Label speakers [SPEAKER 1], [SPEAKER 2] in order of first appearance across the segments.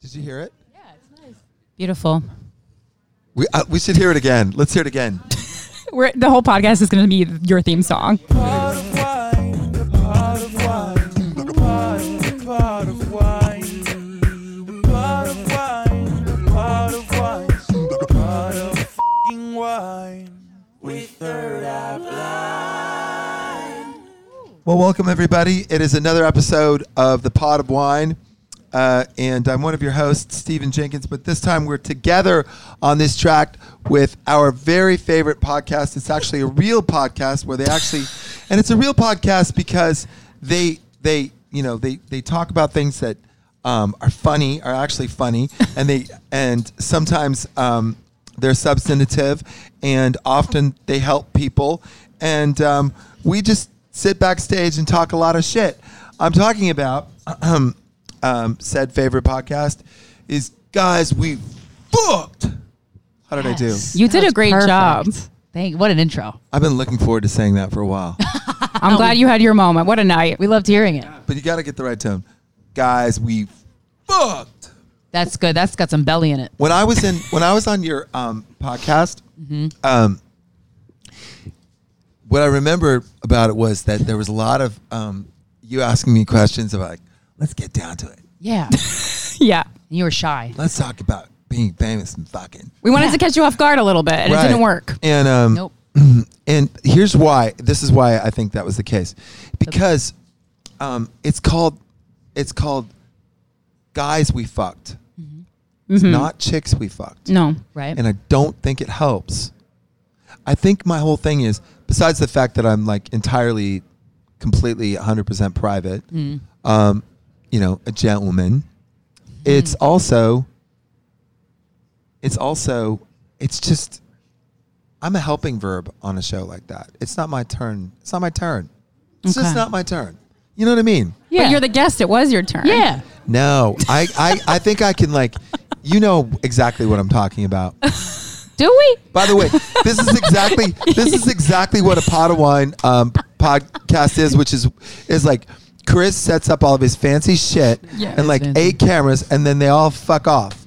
[SPEAKER 1] Did you hear it?
[SPEAKER 2] Yeah, it's nice. Beautiful.
[SPEAKER 1] We uh, we should hear it again. Let's hear it again.
[SPEAKER 3] We're, the whole podcast is going to be your theme song.
[SPEAKER 1] Well, welcome everybody. It is another episode of the Pot of Wine, uh, and I'm one of your hosts, Stephen Jenkins. But this time we're together on this track with our very favorite podcast. It's actually a real podcast where they actually, and it's a real podcast because they they you know they they talk about things that um, are funny are actually funny, and they and sometimes um, they're substantive, and often they help people, and um, we just sit backstage and talk a lot of shit. I'm talking about um, said favorite podcast is guys we fucked. How did I do?
[SPEAKER 3] You did a great job.
[SPEAKER 2] Thank. What an intro.
[SPEAKER 1] I've been looking forward to saying that for a while,
[SPEAKER 3] I'm glad you had your moment. What a night.
[SPEAKER 2] We loved hearing it.
[SPEAKER 1] but you got to get the right tone. Guys we fucked.
[SPEAKER 2] That's good. That's got some belly in it.
[SPEAKER 1] When I was in when I was on your um, podcast,
[SPEAKER 3] Mm-hmm.
[SPEAKER 1] um, what I remember about it was that there was a lot of um, you asking me questions about like, let's get down to it.
[SPEAKER 2] Yeah.
[SPEAKER 3] Yeah.
[SPEAKER 2] you were shy.
[SPEAKER 1] Let's talk about being famous and fucking.
[SPEAKER 3] We wanted
[SPEAKER 2] Yeah.
[SPEAKER 3] to catch you off guard a little bit, and
[SPEAKER 1] Right.
[SPEAKER 3] it didn't work.
[SPEAKER 1] And um,
[SPEAKER 2] Nope.
[SPEAKER 1] and here's why. This is why I think that was the case, because um, it's called it's called guys we fucked. It's
[SPEAKER 3] Mm-hmm.
[SPEAKER 1] not chicks we fucked.
[SPEAKER 3] No.
[SPEAKER 2] Right.
[SPEAKER 1] And I don't think it helps. I think my whole thing is, besides the fact that I'm like entirely, completely, 100% private, um, you know, a gentleman. It's also, it's also, it's just, I'm a helping verb on a show like that. It's not my turn. It's not my turn. It's
[SPEAKER 3] Okay.
[SPEAKER 1] just not my turn. You know what I mean?
[SPEAKER 3] Yeah.
[SPEAKER 2] Yeah.
[SPEAKER 3] But you're the guest. It was your turn.
[SPEAKER 2] yeah.
[SPEAKER 1] No, I, I, I think I can like, you know exactly what I'm talking about.
[SPEAKER 3] Do we?
[SPEAKER 1] By the way, this is exactly this is exactly what a pot of wine um, podcast is, which is is like Chris sets up all of his fancy shit
[SPEAKER 3] Yeah,
[SPEAKER 1] and like
[SPEAKER 2] it's fancy.
[SPEAKER 1] eight cameras, and then they all fuck off.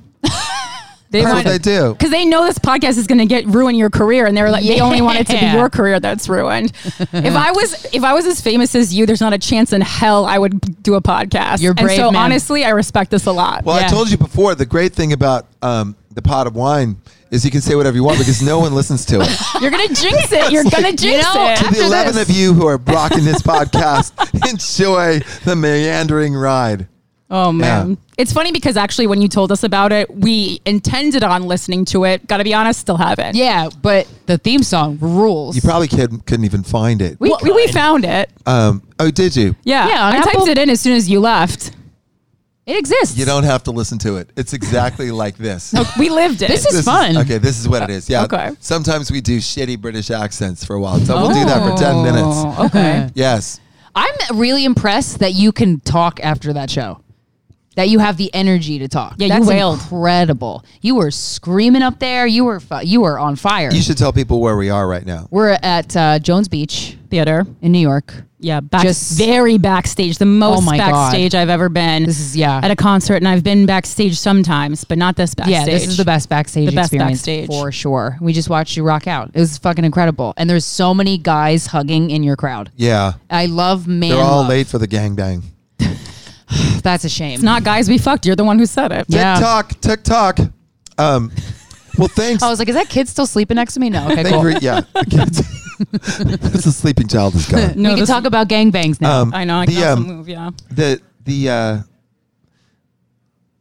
[SPEAKER 3] They
[SPEAKER 1] That's what they do.
[SPEAKER 3] Because they know this podcast is going to get ruin your career, and they're like, they only want it to be
[SPEAKER 2] Yeah.
[SPEAKER 3] your career that's ruined. if I was, if I was as famous as you, there's not a chance in hell I would do a podcast.
[SPEAKER 2] You're brave,
[SPEAKER 3] And so
[SPEAKER 2] man.
[SPEAKER 3] honestly, I respect this a lot.
[SPEAKER 1] Well, I
[SPEAKER 2] Yeah.
[SPEAKER 1] told you before the great thing about um, the pot of wine is you can say whatever you want because no one listens to it.
[SPEAKER 3] You're gonna jinx it. You're gonna jinx
[SPEAKER 2] know,
[SPEAKER 3] it.
[SPEAKER 1] The eleven of you who are rocking this podcast enjoy the meandering ride.
[SPEAKER 3] Oh man.
[SPEAKER 1] Yeah.
[SPEAKER 3] It's funny because actually when you told us about it, we intended on listening to it. Gotta be honest, still haven't.
[SPEAKER 2] Yeah, but the theme song rules.
[SPEAKER 1] You probably couldn't, couldn't even find it.
[SPEAKER 3] We, we, we found it.
[SPEAKER 1] Um, oh, did you?
[SPEAKER 3] Yeah.
[SPEAKER 2] Yeah, on
[SPEAKER 3] I typed
[SPEAKER 2] Apple-
[SPEAKER 3] it in as soon as you left.
[SPEAKER 2] it exists.
[SPEAKER 1] You don't have to listen to it. It's exactly like this.
[SPEAKER 3] We lived it.
[SPEAKER 2] This is- fun.
[SPEAKER 1] okay, this is what it is. Yeah.
[SPEAKER 3] Okay.
[SPEAKER 1] Sometimes we do shitty British accents for a while. So we'll do that for 10 minutes.
[SPEAKER 3] Oh, Okay.
[SPEAKER 1] Yes.
[SPEAKER 2] I'm really impressed that you can talk after that show. That you have the energy to talk.
[SPEAKER 3] Yeah, you
[SPEAKER 2] That's
[SPEAKER 3] wailed.
[SPEAKER 2] incredible. You were screaming up there. You were fu- you were on fire.
[SPEAKER 1] You should tell people where we are right now.
[SPEAKER 2] We're at uh, Jones Beach
[SPEAKER 3] Theater.
[SPEAKER 2] in New York.
[SPEAKER 3] Yeah, back,
[SPEAKER 2] Just- Oh
[SPEAKER 3] very backstage. The most
[SPEAKER 2] my God.
[SPEAKER 3] backstage I've ever been.
[SPEAKER 2] This is- yeah.
[SPEAKER 3] At a concert, and I've been backstage sometimes, but not this backstage.
[SPEAKER 2] Yeah, this is the best backstage
[SPEAKER 3] The best
[SPEAKER 2] experience
[SPEAKER 3] backstage.
[SPEAKER 2] for sure. We just watched you rock out. It was fucking incredible. And there's so many guys hugging in your crowd.
[SPEAKER 1] Yeah.
[SPEAKER 2] I love man.
[SPEAKER 1] They're all
[SPEAKER 2] love.
[SPEAKER 1] late for the gangbang.
[SPEAKER 2] That's a shame.
[SPEAKER 3] It's not guys we fucked. You're the one who said it.
[SPEAKER 2] Yeah.
[SPEAKER 1] TikTok, TikTok. Um, well, thanks.
[SPEAKER 2] I was like, is that kid still sleeping next to me? No. Okay,
[SPEAKER 1] Thank
[SPEAKER 2] cool.
[SPEAKER 1] you for- yeah. The kids- That's a sleeping child is gone.
[SPEAKER 2] we can
[SPEAKER 3] this-
[SPEAKER 2] talk about gangbangs now.
[SPEAKER 1] Um,
[SPEAKER 3] I know. I
[SPEAKER 1] the,
[SPEAKER 3] can also
[SPEAKER 1] um,
[SPEAKER 3] move. Yeah.
[SPEAKER 1] the the uh,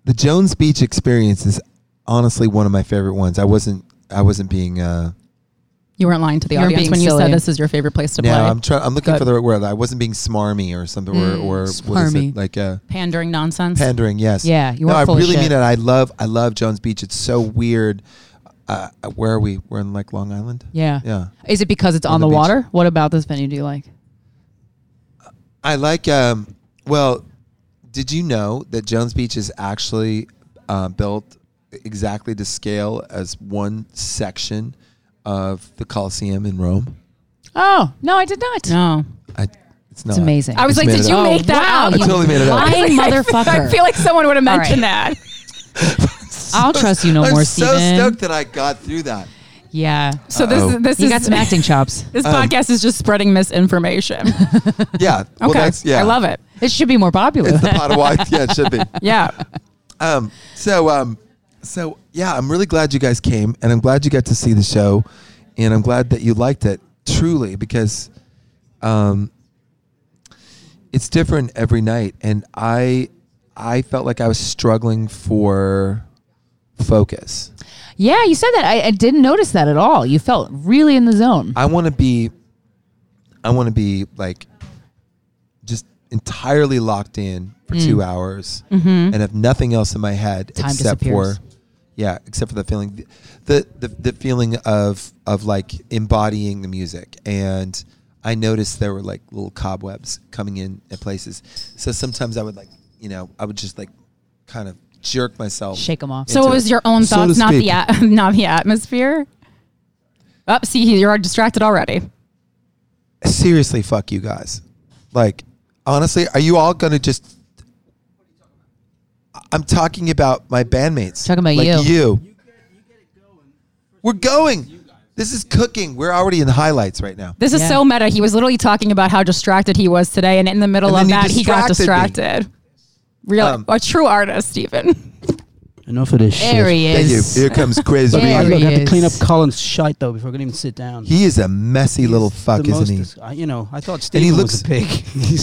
[SPEAKER 1] the Jones Beach experience is honestly one of my favorite ones. I wasn't I wasn't being uh,
[SPEAKER 3] You weren't lying to the
[SPEAKER 2] You're
[SPEAKER 3] audience
[SPEAKER 2] being
[SPEAKER 3] when you
[SPEAKER 2] silly.
[SPEAKER 3] said this is your favorite place to
[SPEAKER 1] No,
[SPEAKER 3] play.
[SPEAKER 1] I'm trying. I'm looking
[SPEAKER 3] Good.
[SPEAKER 1] for the right word. I wasn't being smarmy or something, or or what is
[SPEAKER 2] Mm, smarmy.
[SPEAKER 1] it like uh,
[SPEAKER 3] Pandering nonsense.
[SPEAKER 1] pandering? Yes.
[SPEAKER 2] Yeah, you
[SPEAKER 1] no,
[SPEAKER 2] weren't
[SPEAKER 1] I
[SPEAKER 2] full of
[SPEAKER 1] really
[SPEAKER 2] shit.
[SPEAKER 1] mean it. I love I love Jones Beach. It's so weird. Uh, where are we? We're in like Long Island.
[SPEAKER 2] yeah.
[SPEAKER 1] Yeah.
[SPEAKER 2] Is it because it's on,
[SPEAKER 1] the
[SPEAKER 2] the,
[SPEAKER 1] beach.
[SPEAKER 2] water? What about this venue do you like?
[SPEAKER 1] I like. Um, well, did you know that Jones Beach is actually uh, built exactly to scale as one section of the Colosseum in Rome?
[SPEAKER 2] Oh, no, I did not.
[SPEAKER 3] No.
[SPEAKER 1] I, it's not.
[SPEAKER 2] It's amazing.
[SPEAKER 3] I was
[SPEAKER 1] Just
[SPEAKER 3] like,
[SPEAKER 1] made
[SPEAKER 3] did
[SPEAKER 1] it
[SPEAKER 3] you
[SPEAKER 1] up.
[SPEAKER 3] make that
[SPEAKER 2] wow,
[SPEAKER 3] out?
[SPEAKER 1] I totally made it up.
[SPEAKER 2] Lying motherfucker.
[SPEAKER 3] I feel like someone would have
[SPEAKER 2] All
[SPEAKER 3] mentioned that.
[SPEAKER 2] I'll trust you no
[SPEAKER 1] I'm
[SPEAKER 2] more,
[SPEAKER 1] so
[SPEAKER 2] Steven.
[SPEAKER 1] stoked that I got through that.
[SPEAKER 2] Yeah.
[SPEAKER 3] So this
[SPEAKER 1] Uh-oh.
[SPEAKER 3] is this
[SPEAKER 2] You
[SPEAKER 3] is
[SPEAKER 2] got some acting chops.
[SPEAKER 3] This podcast is just spreading misinformation.
[SPEAKER 1] Yeah. Well,
[SPEAKER 3] okay,
[SPEAKER 1] that's, yeah.
[SPEAKER 3] I love it.
[SPEAKER 2] It should be more popular.
[SPEAKER 1] It's the pot of wine. Yeah, it should be.
[SPEAKER 3] Yeah,
[SPEAKER 1] Um, so, um, so yeah, I'm really glad you guys came, and I'm glad you got to see the show, and I'm glad that you liked it truly because, um, it's different every night, and I, I felt like I was struggling for focus.
[SPEAKER 2] yeah, you said that. I, I didn't notice that at all. You felt really in the zone.
[SPEAKER 1] I want to be, I want to be like, just entirely locked in for two hours and have nothing else in my head
[SPEAKER 2] Mm. Mm-hmm. Time
[SPEAKER 1] except
[SPEAKER 2] disappears.
[SPEAKER 1] for, yeah, except for the feeling, the, the the feeling of of like embodying the music. And I noticed there were like little cobwebs coming in at places. So sometimes I would like, you know, I would just like, kind of jerk myself.
[SPEAKER 2] Shake 'em off.
[SPEAKER 1] into
[SPEAKER 3] So it was your own
[SPEAKER 1] So to
[SPEAKER 3] thoughts, not the
[SPEAKER 1] speak.
[SPEAKER 3] at- not the atmosphere. Oh, see, you're distracted already.
[SPEAKER 1] seriously, fuck you guys. Like, honestly, are you all gonna just? I'm talking about my bandmates.
[SPEAKER 2] Talking about
[SPEAKER 1] like
[SPEAKER 2] you.
[SPEAKER 1] You. We're going. This is cooking. We're already in the highlights right now.
[SPEAKER 3] This is
[SPEAKER 2] Yeah.
[SPEAKER 3] so meta. He was literally talking about how distracted he was today, and in the middle
[SPEAKER 1] And
[SPEAKER 3] of
[SPEAKER 1] then he
[SPEAKER 3] that, he got
[SPEAKER 1] distracted
[SPEAKER 3] distracted. Real,
[SPEAKER 1] Um,
[SPEAKER 3] a true artist, Stephen.
[SPEAKER 4] Enough of this shit.
[SPEAKER 2] There he
[SPEAKER 1] Thank you.
[SPEAKER 2] is.
[SPEAKER 1] Here comes Crazy.
[SPEAKER 2] There
[SPEAKER 4] I'm
[SPEAKER 1] Reed.
[SPEAKER 2] he
[SPEAKER 4] gonna have to clean up
[SPEAKER 2] is.
[SPEAKER 4] Colin's shite though before I can even sit down.
[SPEAKER 1] He is a messy
[SPEAKER 4] He's
[SPEAKER 1] little
[SPEAKER 4] the
[SPEAKER 1] fuck,
[SPEAKER 4] most
[SPEAKER 1] isn't he?
[SPEAKER 4] dis- I- you know, I thought
[SPEAKER 1] And
[SPEAKER 4] Steve
[SPEAKER 1] he looks-
[SPEAKER 4] was a pig. He's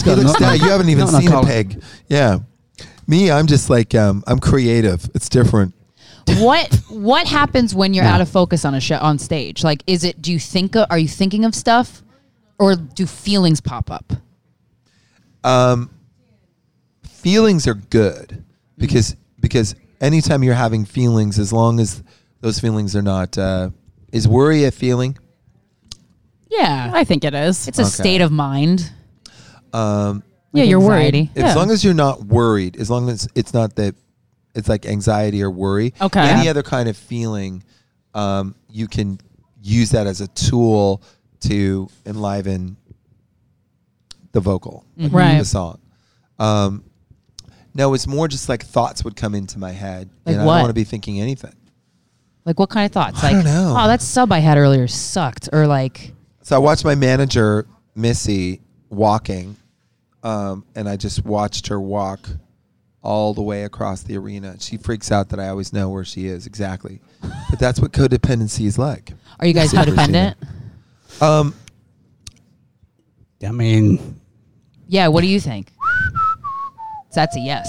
[SPEAKER 1] He
[SPEAKER 4] got
[SPEAKER 1] looks
[SPEAKER 4] no-
[SPEAKER 1] down. You haven't even
[SPEAKER 4] no, no,
[SPEAKER 1] seen a
[SPEAKER 4] Colin.
[SPEAKER 1] peg. Yeah. Me, I'm just like um, I'm creative. It's different.
[SPEAKER 2] what what happens when you're
[SPEAKER 4] No.
[SPEAKER 2] out of focus on a show on stage? Like, is it? Do you think? Of, are you thinking of stuff, or do feelings pop up?
[SPEAKER 1] feelings are good
[SPEAKER 3] Mm-hmm.
[SPEAKER 1] because because anytime you're having feelings, as long as those feelings are not uh, is worry a feeling?
[SPEAKER 2] Yeah,
[SPEAKER 3] I think it is.
[SPEAKER 2] it's a
[SPEAKER 1] Okay.
[SPEAKER 2] state of mind.
[SPEAKER 1] Um,
[SPEAKER 3] yeah,
[SPEAKER 2] Like
[SPEAKER 3] you're
[SPEAKER 2] anxiety.
[SPEAKER 3] worried. Yeah.
[SPEAKER 1] As long as you're not worried, as long as it's not that it's like anxiety or worry.
[SPEAKER 3] Okay.
[SPEAKER 1] Any other kind of feeling, um, you can use that as a tool to enliven the vocal, like
[SPEAKER 3] Mm-hmm. Right.
[SPEAKER 1] the song. Um, no, it's more just like thoughts would come into my head,
[SPEAKER 2] Like
[SPEAKER 1] and I
[SPEAKER 2] what?
[SPEAKER 1] don't want to be thinking anything.
[SPEAKER 2] Like, what kind of thoughts?
[SPEAKER 1] I
[SPEAKER 2] Like,
[SPEAKER 1] don't know.
[SPEAKER 2] oh, that sub I had earlier sucked, or like,
[SPEAKER 1] So I watched my manager Missy walking, um, and I just watched her walk all the way across the arena. She freaks out that I always know where she is exactly, but that's what codependency is like.
[SPEAKER 2] are you guys
[SPEAKER 1] Super
[SPEAKER 2] codependent?
[SPEAKER 1] Um,
[SPEAKER 4] I mean,
[SPEAKER 2] Yeah. What do you think? So that's a yes.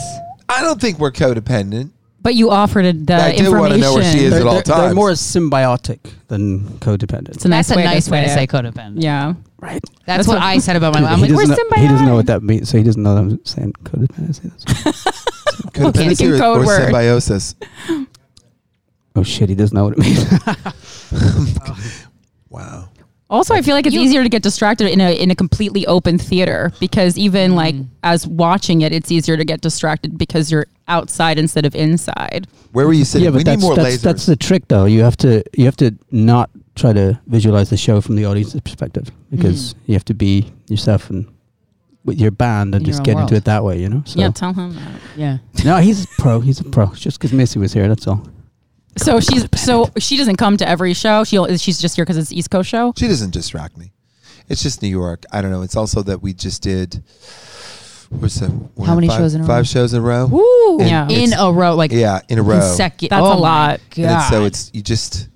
[SPEAKER 1] I don't think we're codependent.
[SPEAKER 3] But you offered it the
[SPEAKER 1] I do
[SPEAKER 3] information.
[SPEAKER 1] wanna know where she is.
[SPEAKER 4] they're,
[SPEAKER 1] at all
[SPEAKER 4] they're- they're
[SPEAKER 1] times.
[SPEAKER 4] more symbiotic than codependent.
[SPEAKER 3] It's a nice
[SPEAKER 2] that's a
[SPEAKER 3] way
[SPEAKER 2] nice
[SPEAKER 3] to
[SPEAKER 2] way to
[SPEAKER 3] say
[SPEAKER 2] say
[SPEAKER 3] it.
[SPEAKER 2] codependent.
[SPEAKER 3] Yeah.
[SPEAKER 4] Right.
[SPEAKER 2] That's, what, I said about my. I'm
[SPEAKER 4] he,
[SPEAKER 2] like, we're
[SPEAKER 4] doesn't know, he doesn't know
[SPEAKER 2] symbiotic.
[SPEAKER 4] what that means, so he doesn't know that I'm saying codependency. That's-
[SPEAKER 1] Codependency
[SPEAKER 3] Fucking
[SPEAKER 1] or,
[SPEAKER 3] code
[SPEAKER 1] or
[SPEAKER 3] word.
[SPEAKER 1] symbiosis.
[SPEAKER 4] oh shit, he does know what it means.
[SPEAKER 1] Wow.
[SPEAKER 3] Also, I feel like it's
[SPEAKER 2] You-
[SPEAKER 3] easier to get distracted in a in a completely open theater because
[SPEAKER 2] Mm.
[SPEAKER 3] even like as watching it, it's easier to get distracted because you're outside instead of inside.
[SPEAKER 1] Where were you sitting?
[SPEAKER 4] yeah, but
[SPEAKER 1] we
[SPEAKER 4] that's,
[SPEAKER 1] need more
[SPEAKER 4] that's,
[SPEAKER 1] lasers.
[SPEAKER 4] that's the trick, though. You have to you have to not try to visualize the show from the audience's perspective
[SPEAKER 2] Mm.
[SPEAKER 4] because you have to be yourself and with your band and
[SPEAKER 2] In your
[SPEAKER 4] just
[SPEAKER 2] own
[SPEAKER 4] get
[SPEAKER 2] world.
[SPEAKER 4] into it that way. You know. So.
[SPEAKER 3] Yeah, tell him. That.
[SPEAKER 2] Yeah.
[SPEAKER 4] No, he's a pro. He's a pro. It's Just because Missy was here, that's all.
[SPEAKER 3] So she's so she doesn't come to every show. She she's just here because it's East Coast show.
[SPEAKER 1] She doesn't distract me. It's just New York. I don't know. It's also that we just did. What's that? We're
[SPEAKER 2] How
[SPEAKER 1] in
[SPEAKER 2] many
[SPEAKER 1] five-
[SPEAKER 2] shows in a row?
[SPEAKER 1] Five shows in a row.
[SPEAKER 2] Ooh.
[SPEAKER 3] Yeah.
[SPEAKER 2] In a row, like
[SPEAKER 1] Yeah, in a row.
[SPEAKER 2] consecutive.
[SPEAKER 3] That's
[SPEAKER 2] oh
[SPEAKER 3] a
[SPEAKER 2] my
[SPEAKER 3] lot.
[SPEAKER 1] And it's-
[SPEAKER 2] God.
[SPEAKER 1] so it's you just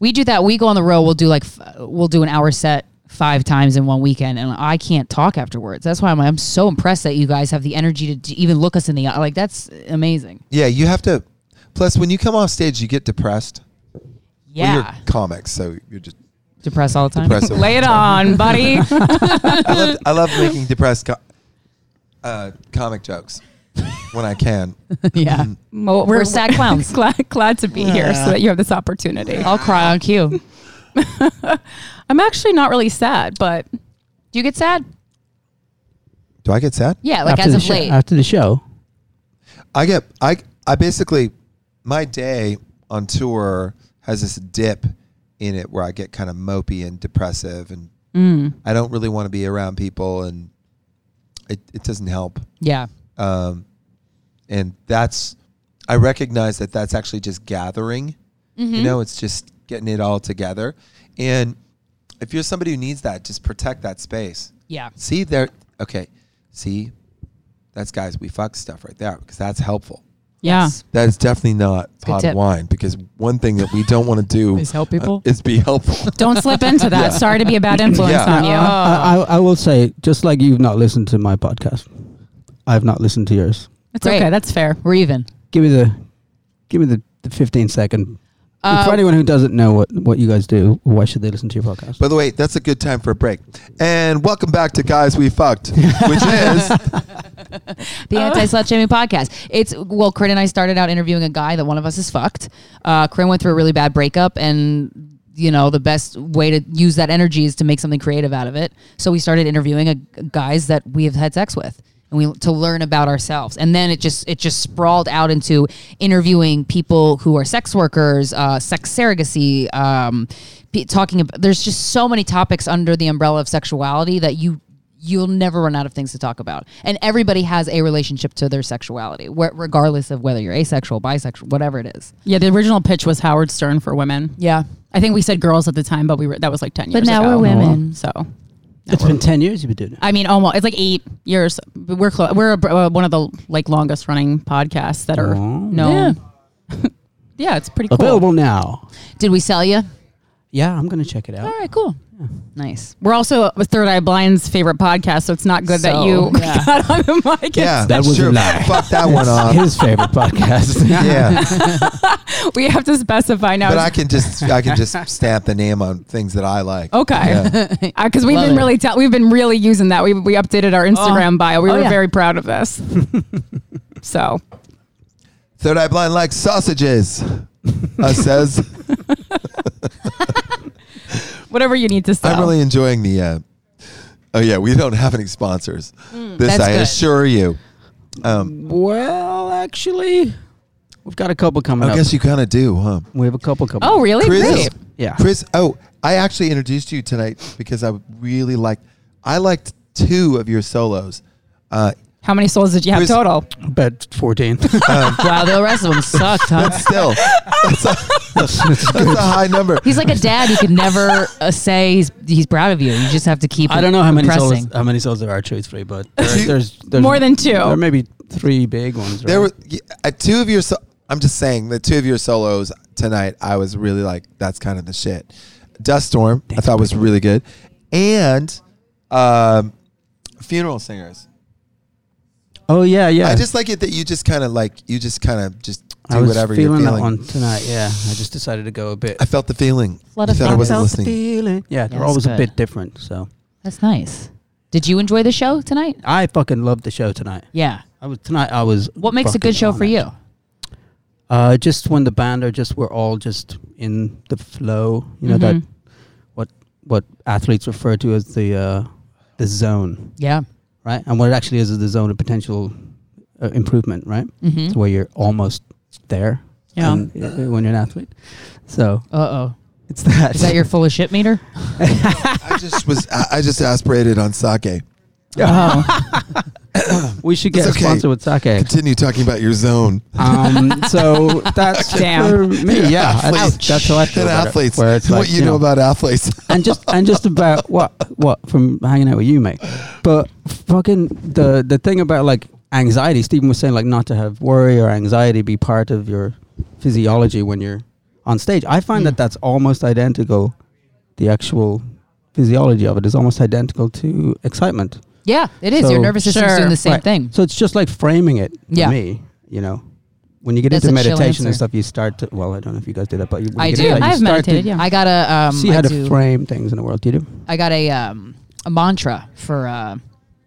[SPEAKER 2] we do that. We go on the road. We'll do like f- we'll do an hour set five times in one weekend, and I can't talk afterwards. That's why I'm I'm so impressed that you guys have the energy to, d even look us in the eye. Like that's amazing.
[SPEAKER 1] Yeah, you have to. Plus, when you come off stage, you get depressed. Well,
[SPEAKER 2] Yeah,
[SPEAKER 1] you're comics, so you're just
[SPEAKER 2] depressed all the time.
[SPEAKER 1] depressed. all the
[SPEAKER 3] Lay it on, buddy.
[SPEAKER 1] time. I love, I love making depressed co- uh, comic jokes when I can.
[SPEAKER 2] yeah,
[SPEAKER 4] Mm.
[SPEAKER 3] Mo-
[SPEAKER 2] We're sad clowns.
[SPEAKER 3] glad, glad to be here so that you have this opportunity.
[SPEAKER 2] I'll cry on cue. Do
[SPEAKER 3] I'm actually not really sad, but
[SPEAKER 2] you get sad?
[SPEAKER 1] Do I get sad?
[SPEAKER 2] Yeah, like
[SPEAKER 4] after
[SPEAKER 2] as
[SPEAKER 4] the
[SPEAKER 2] of
[SPEAKER 4] sho-
[SPEAKER 2] late.
[SPEAKER 4] after the show,
[SPEAKER 1] I get. I I basically my day on tour has this dip in it where I get kind of mopey and depressive, and
[SPEAKER 3] Mm.
[SPEAKER 1] I don't really want to be around people, and it, it doesn't help.
[SPEAKER 2] yeah,
[SPEAKER 1] um, and that's I recognize that that's actually just gathering. You know, it's just getting it all together. And if you're somebody who needs that, just protect that space.
[SPEAKER 2] Yeah.
[SPEAKER 1] See there. Okay. See, that's guys. We fuck stuff right there because that's helpful.
[SPEAKER 3] Yeah.
[SPEAKER 2] Yes.
[SPEAKER 1] That is definitely not pot of
[SPEAKER 2] tip.
[SPEAKER 1] wine because one thing that we don't want to do
[SPEAKER 2] Is help
[SPEAKER 1] uh,
[SPEAKER 2] people?
[SPEAKER 1] is be helpful.
[SPEAKER 3] Don't slip into that. Sorry to be a bad influence
[SPEAKER 1] Yeah.
[SPEAKER 3] on you.
[SPEAKER 4] I, I,
[SPEAKER 2] Ah.
[SPEAKER 4] I will say, just like you've not listened to my podcast, I've not listened to yours.
[SPEAKER 3] it's
[SPEAKER 2] Great.
[SPEAKER 3] okay. That's fair.
[SPEAKER 2] We're even.
[SPEAKER 4] Give me the, give me the, the fifteen second.
[SPEAKER 2] Uh,
[SPEAKER 4] For anyone who doesn't know what what you guys do, why should they listen to your podcast?
[SPEAKER 1] By the way, that's a good time for a break. And welcome back to Guys We Fucked, which is
[SPEAKER 2] The anti slut shaming podcast. It's well, Corinne and I started out interviewing a guy that one of us is fucked. Uh, Corinne went through a really bad breakup, and you know the best way to use that energy is to make something creative out of it. So we started interviewing a, guys that we have had sex with, and we to learn about ourselves. And then it just it just sprawled out into interviewing people who are sex workers, uh, sex surrogacy. Um, pe- talking about there's just so many topics under the umbrella of sexuality that you you'll never run out of things to talk about. And everybody has a relationship to their sexuality, wh- regardless of whether you're asexual, bisexual, whatever it is.
[SPEAKER 3] Yeah, the original pitch was Howard Stern for women.
[SPEAKER 2] Yeah.
[SPEAKER 3] I think we said girls at the time, but we were that was like ten years.
[SPEAKER 2] now
[SPEAKER 3] ago. Uh-huh.
[SPEAKER 2] we're women.
[SPEAKER 3] So
[SPEAKER 4] It's been ten years you've been doing it.
[SPEAKER 3] I mean, almost it's like eight years. But We're close. We're uh, one of the like longest running podcasts that are
[SPEAKER 4] Oh.
[SPEAKER 3] known. Yeah. it's pretty cool.
[SPEAKER 4] Available now.
[SPEAKER 2] Did we sell you?
[SPEAKER 4] Yeah, I'm gonna check it out.
[SPEAKER 2] All right, cool. Nice.
[SPEAKER 3] We're also Third Eye Blind's favorite podcast, so it's not good that
[SPEAKER 2] So,
[SPEAKER 3] you
[SPEAKER 2] yeah.
[SPEAKER 3] got on the mic.
[SPEAKER 1] yeah,
[SPEAKER 4] That
[SPEAKER 1] that's
[SPEAKER 4] was a
[SPEAKER 1] true.
[SPEAKER 4] lie.
[SPEAKER 1] Fuck that one off.
[SPEAKER 4] His favorite podcast.
[SPEAKER 1] Yeah,
[SPEAKER 3] We have to specify now.
[SPEAKER 1] but I can just I can just stamp the name on things that I like.
[SPEAKER 3] okay, because Uh, we've
[SPEAKER 2] Love
[SPEAKER 3] been
[SPEAKER 2] it.
[SPEAKER 3] really ta- we've been really using that. We we updated our Instagram bio. We
[SPEAKER 2] Oh,
[SPEAKER 3] were
[SPEAKER 2] yeah.
[SPEAKER 3] very proud of this. so
[SPEAKER 1] Third Eye Blind likes sausages. Uh, says
[SPEAKER 3] whatever you need to sell.
[SPEAKER 1] I'm really enjoying the. Uh, oh yeah, we don't have any sponsors. this
[SPEAKER 2] Mm, that's
[SPEAKER 1] I
[SPEAKER 2] good.
[SPEAKER 1] assure you. Um,
[SPEAKER 4] Well, actually, we've got a couple coming
[SPEAKER 1] I
[SPEAKER 4] up.
[SPEAKER 1] guess you kind of do, huh?
[SPEAKER 4] we have a couple coming.
[SPEAKER 3] oh, really?
[SPEAKER 1] Chris,
[SPEAKER 3] Great.
[SPEAKER 4] Yeah.
[SPEAKER 1] Chris. Oh, I actually introduced you tonight because I really liked. I liked two of your solos. Uh,
[SPEAKER 3] How many souls did you have
[SPEAKER 1] Chris-
[SPEAKER 3] total?
[SPEAKER 4] up. But fourteen.
[SPEAKER 2] wow, the rest of them sucked, huh?
[SPEAKER 1] that's still that's a, that's a high number.
[SPEAKER 2] He's like a dad. You can never uh, say he's he's proud of you. You just have to keep.
[SPEAKER 4] I don't know how many
[SPEAKER 2] pressing.
[SPEAKER 4] souls how many souls there are truthfully, but there's, there's, there's
[SPEAKER 3] More than two.
[SPEAKER 4] There may be three big ones. Right?
[SPEAKER 1] There were y- uh, two of your. So- I'm just saying the two of your solos tonight. I was really like, that's kind of the shit. Dust Storm, I thought was really good, and um, funeral singers.
[SPEAKER 4] oh yeah, yeah.
[SPEAKER 1] I just like it that you just kind of like you just kind of just
[SPEAKER 4] I
[SPEAKER 1] do
[SPEAKER 4] was
[SPEAKER 1] whatever
[SPEAKER 4] feeling
[SPEAKER 1] you're
[SPEAKER 4] that
[SPEAKER 1] feeling.
[SPEAKER 4] one tonight. Yeah, I just decided to go a bit.
[SPEAKER 1] I felt the feeling.
[SPEAKER 2] Flood
[SPEAKER 1] you
[SPEAKER 2] of
[SPEAKER 1] thought I
[SPEAKER 2] thought.
[SPEAKER 1] wasn't
[SPEAKER 2] Felt
[SPEAKER 1] listening.
[SPEAKER 4] feeling. Yeah, they're
[SPEAKER 2] that's
[SPEAKER 4] always a
[SPEAKER 2] good.
[SPEAKER 4] bit different. So
[SPEAKER 2] That's nice. Did you enjoy the show tonight?
[SPEAKER 4] I fucking loved the show tonight.
[SPEAKER 2] Yeah.
[SPEAKER 4] I was tonight. I was.
[SPEAKER 2] What makes a
[SPEAKER 4] fucking
[SPEAKER 2] good show
[SPEAKER 4] on
[SPEAKER 2] for
[SPEAKER 4] it.
[SPEAKER 2] you?
[SPEAKER 4] Uh, just when the band are just we're all just in the flow. You know that
[SPEAKER 2] Mm-hmm.
[SPEAKER 4] what what athletes refer to as the uh, the zone,
[SPEAKER 2] Yeah.
[SPEAKER 4] right? And what it actually is is the zone of potential uh, improvement, right?
[SPEAKER 2] Mm-hmm.
[SPEAKER 4] It's where you're almost there.
[SPEAKER 3] Yeah.
[SPEAKER 4] in- i- when you're an athlete, so
[SPEAKER 2] Uh oh.
[SPEAKER 4] it's that.
[SPEAKER 2] Is that your full of shit meter?
[SPEAKER 1] I just was. I I just aspirated on sake.
[SPEAKER 2] Oh.
[SPEAKER 4] we should get
[SPEAKER 1] It's
[SPEAKER 4] a
[SPEAKER 1] okay.
[SPEAKER 4] sponsor with sake.
[SPEAKER 1] Continue talking about your zone.
[SPEAKER 4] Um, so that's
[SPEAKER 3] Damn.
[SPEAKER 4] for me. Yeah,
[SPEAKER 1] Ouch.
[SPEAKER 4] that's, that's how I feel
[SPEAKER 1] And
[SPEAKER 4] about it,
[SPEAKER 1] athletes,
[SPEAKER 4] where it's
[SPEAKER 1] what
[SPEAKER 4] like,
[SPEAKER 1] you know about athletes?
[SPEAKER 4] and just and just about what what from hanging out with you, mate. But fucking the the thing about like anxiety, Stephen was saying like not to have worry or anxiety be part of your physiology when you're on stage. I find
[SPEAKER 2] Hmm.
[SPEAKER 4] that that's almost identical. The actual physiology of it is almost identical to excitement.
[SPEAKER 2] yeah, it is. Your
[SPEAKER 4] So-
[SPEAKER 2] nervous system's
[SPEAKER 3] Sure.
[SPEAKER 2] doing the same
[SPEAKER 4] Right.
[SPEAKER 2] thing.
[SPEAKER 4] So it's just like framing it. For
[SPEAKER 2] Yeah.
[SPEAKER 4] me, you know. When you get
[SPEAKER 2] That's
[SPEAKER 4] into
[SPEAKER 2] a chill
[SPEAKER 4] meditation and
[SPEAKER 2] answer.
[SPEAKER 4] stuff, you start to. Well, I don't know if you guys do that, but you, when
[SPEAKER 2] I
[SPEAKER 4] you get
[SPEAKER 2] do.
[SPEAKER 4] into that, you
[SPEAKER 3] I've
[SPEAKER 4] start
[SPEAKER 3] meditated.
[SPEAKER 4] To
[SPEAKER 3] Yeah.
[SPEAKER 2] I got a um.
[SPEAKER 4] See
[SPEAKER 2] I
[SPEAKER 4] how to
[SPEAKER 2] do-
[SPEAKER 4] frame things in the world. Do you do?
[SPEAKER 2] I got a um a mantra for uh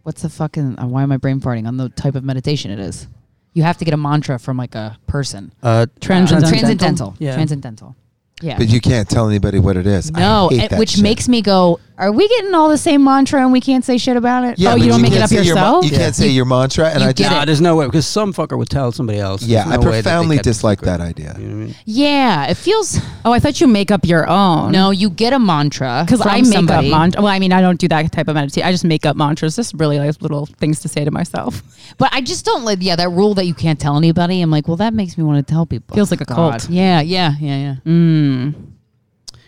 [SPEAKER 2] what's the fucking uh, why am I brain farting on the type of meditation it is. You have to get a mantra from like a person.
[SPEAKER 4] Uh,
[SPEAKER 3] Transcendental.
[SPEAKER 2] Transcendental.
[SPEAKER 4] Yeah.
[SPEAKER 2] Transcendental. Yeah.
[SPEAKER 1] But you can't tell anybody what it is. I
[SPEAKER 2] no,
[SPEAKER 1] hate
[SPEAKER 2] it-
[SPEAKER 1] that
[SPEAKER 2] which
[SPEAKER 1] shit.
[SPEAKER 2] makes me go Are we getting all the same mantra and we can't say shit about it?
[SPEAKER 3] Oh,
[SPEAKER 1] but
[SPEAKER 3] you don't make it
[SPEAKER 1] can't
[SPEAKER 3] up
[SPEAKER 1] say your mon-
[SPEAKER 3] yourself?
[SPEAKER 1] you
[SPEAKER 3] Yeah.
[SPEAKER 1] can't say your mantra, and
[SPEAKER 2] You
[SPEAKER 1] I
[SPEAKER 2] get
[SPEAKER 1] just,
[SPEAKER 4] Nah, there's no way because some fucker would tell somebody else.
[SPEAKER 1] yeah, I
[SPEAKER 4] There's no way that they
[SPEAKER 1] profoundly
[SPEAKER 4] kept it
[SPEAKER 1] dislike
[SPEAKER 4] secret.
[SPEAKER 1] that idea.
[SPEAKER 4] You know what I mean?
[SPEAKER 2] Yeah, it feels.
[SPEAKER 3] Oh, I thought you make up your own.
[SPEAKER 2] No, you get a mantra
[SPEAKER 3] Because
[SPEAKER 2] from
[SPEAKER 3] I make
[SPEAKER 2] somebody.
[SPEAKER 3] up mantras. Well, I mean, I don't do that type of meditation. I just make up mantras. Just really like little things to say to myself.
[SPEAKER 2] But I just don't like, yeah, that rule that you can't tell anybody. I'm like, well, that makes me want to tell people. Oh
[SPEAKER 3] Feels like a
[SPEAKER 2] God.
[SPEAKER 3] cult.
[SPEAKER 2] Yeah, yeah, yeah, yeah. Mm.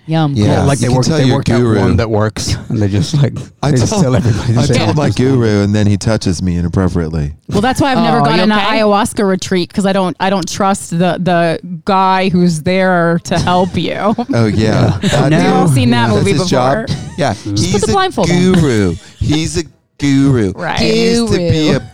[SPEAKER 2] Yum.
[SPEAKER 1] Yeah.
[SPEAKER 4] Yeah, like
[SPEAKER 1] you
[SPEAKER 4] they
[SPEAKER 1] can
[SPEAKER 4] work,
[SPEAKER 1] tell
[SPEAKER 4] they
[SPEAKER 1] your
[SPEAKER 4] work out
[SPEAKER 1] guru.
[SPEAKER 4] one that works, and they just like
[SPEAKER 1] I
[SPEAKER 4] they just
[SPEAKER 1] tell,
[SPEAKER 4] tell everybody. the
[SPEAKER 1] I
[SPEAKER 4] same
[SPEAKER 1] tell "Oh, my
[SPEAKER 4] thing.
[SPEAKER 1] guru, and then he touches me inappropriately.
[SPEAKER 3] Well, that's why I've never
[SPEAKER 2] Oh,
[SPEAKER 3] gone
[SPEAKER 2] you
[SPEAKER 3] on
[SPEAKER 2] okay?
[SPEAKER 3] an ayahuasca retreat because I don't I don't trust the the guy who's there to help you.
[SPEAKER 1] Oh yeah, That
[SPEAKER 4] We've all
[SPEAKER 1] dude-
[SPEAKER 3] seen that
[SPEAKER 1] that's
[SPEAKER 3] movie
[SPEAKER 1] his job.
[SPEAKER 3] before.
[SPEAKER 1] Yeah, he's
[SPEAKER 2] put the
[SPEAKER 1] a
[SPEAKER 2] blindfold on.
[SPEAKER 1] guru. He's a guru.
[SPEAKER 3] Right.
[SPEAKER 1] He used to be
[SPEAKER 2] Guru.
[SPEAKER 1] a.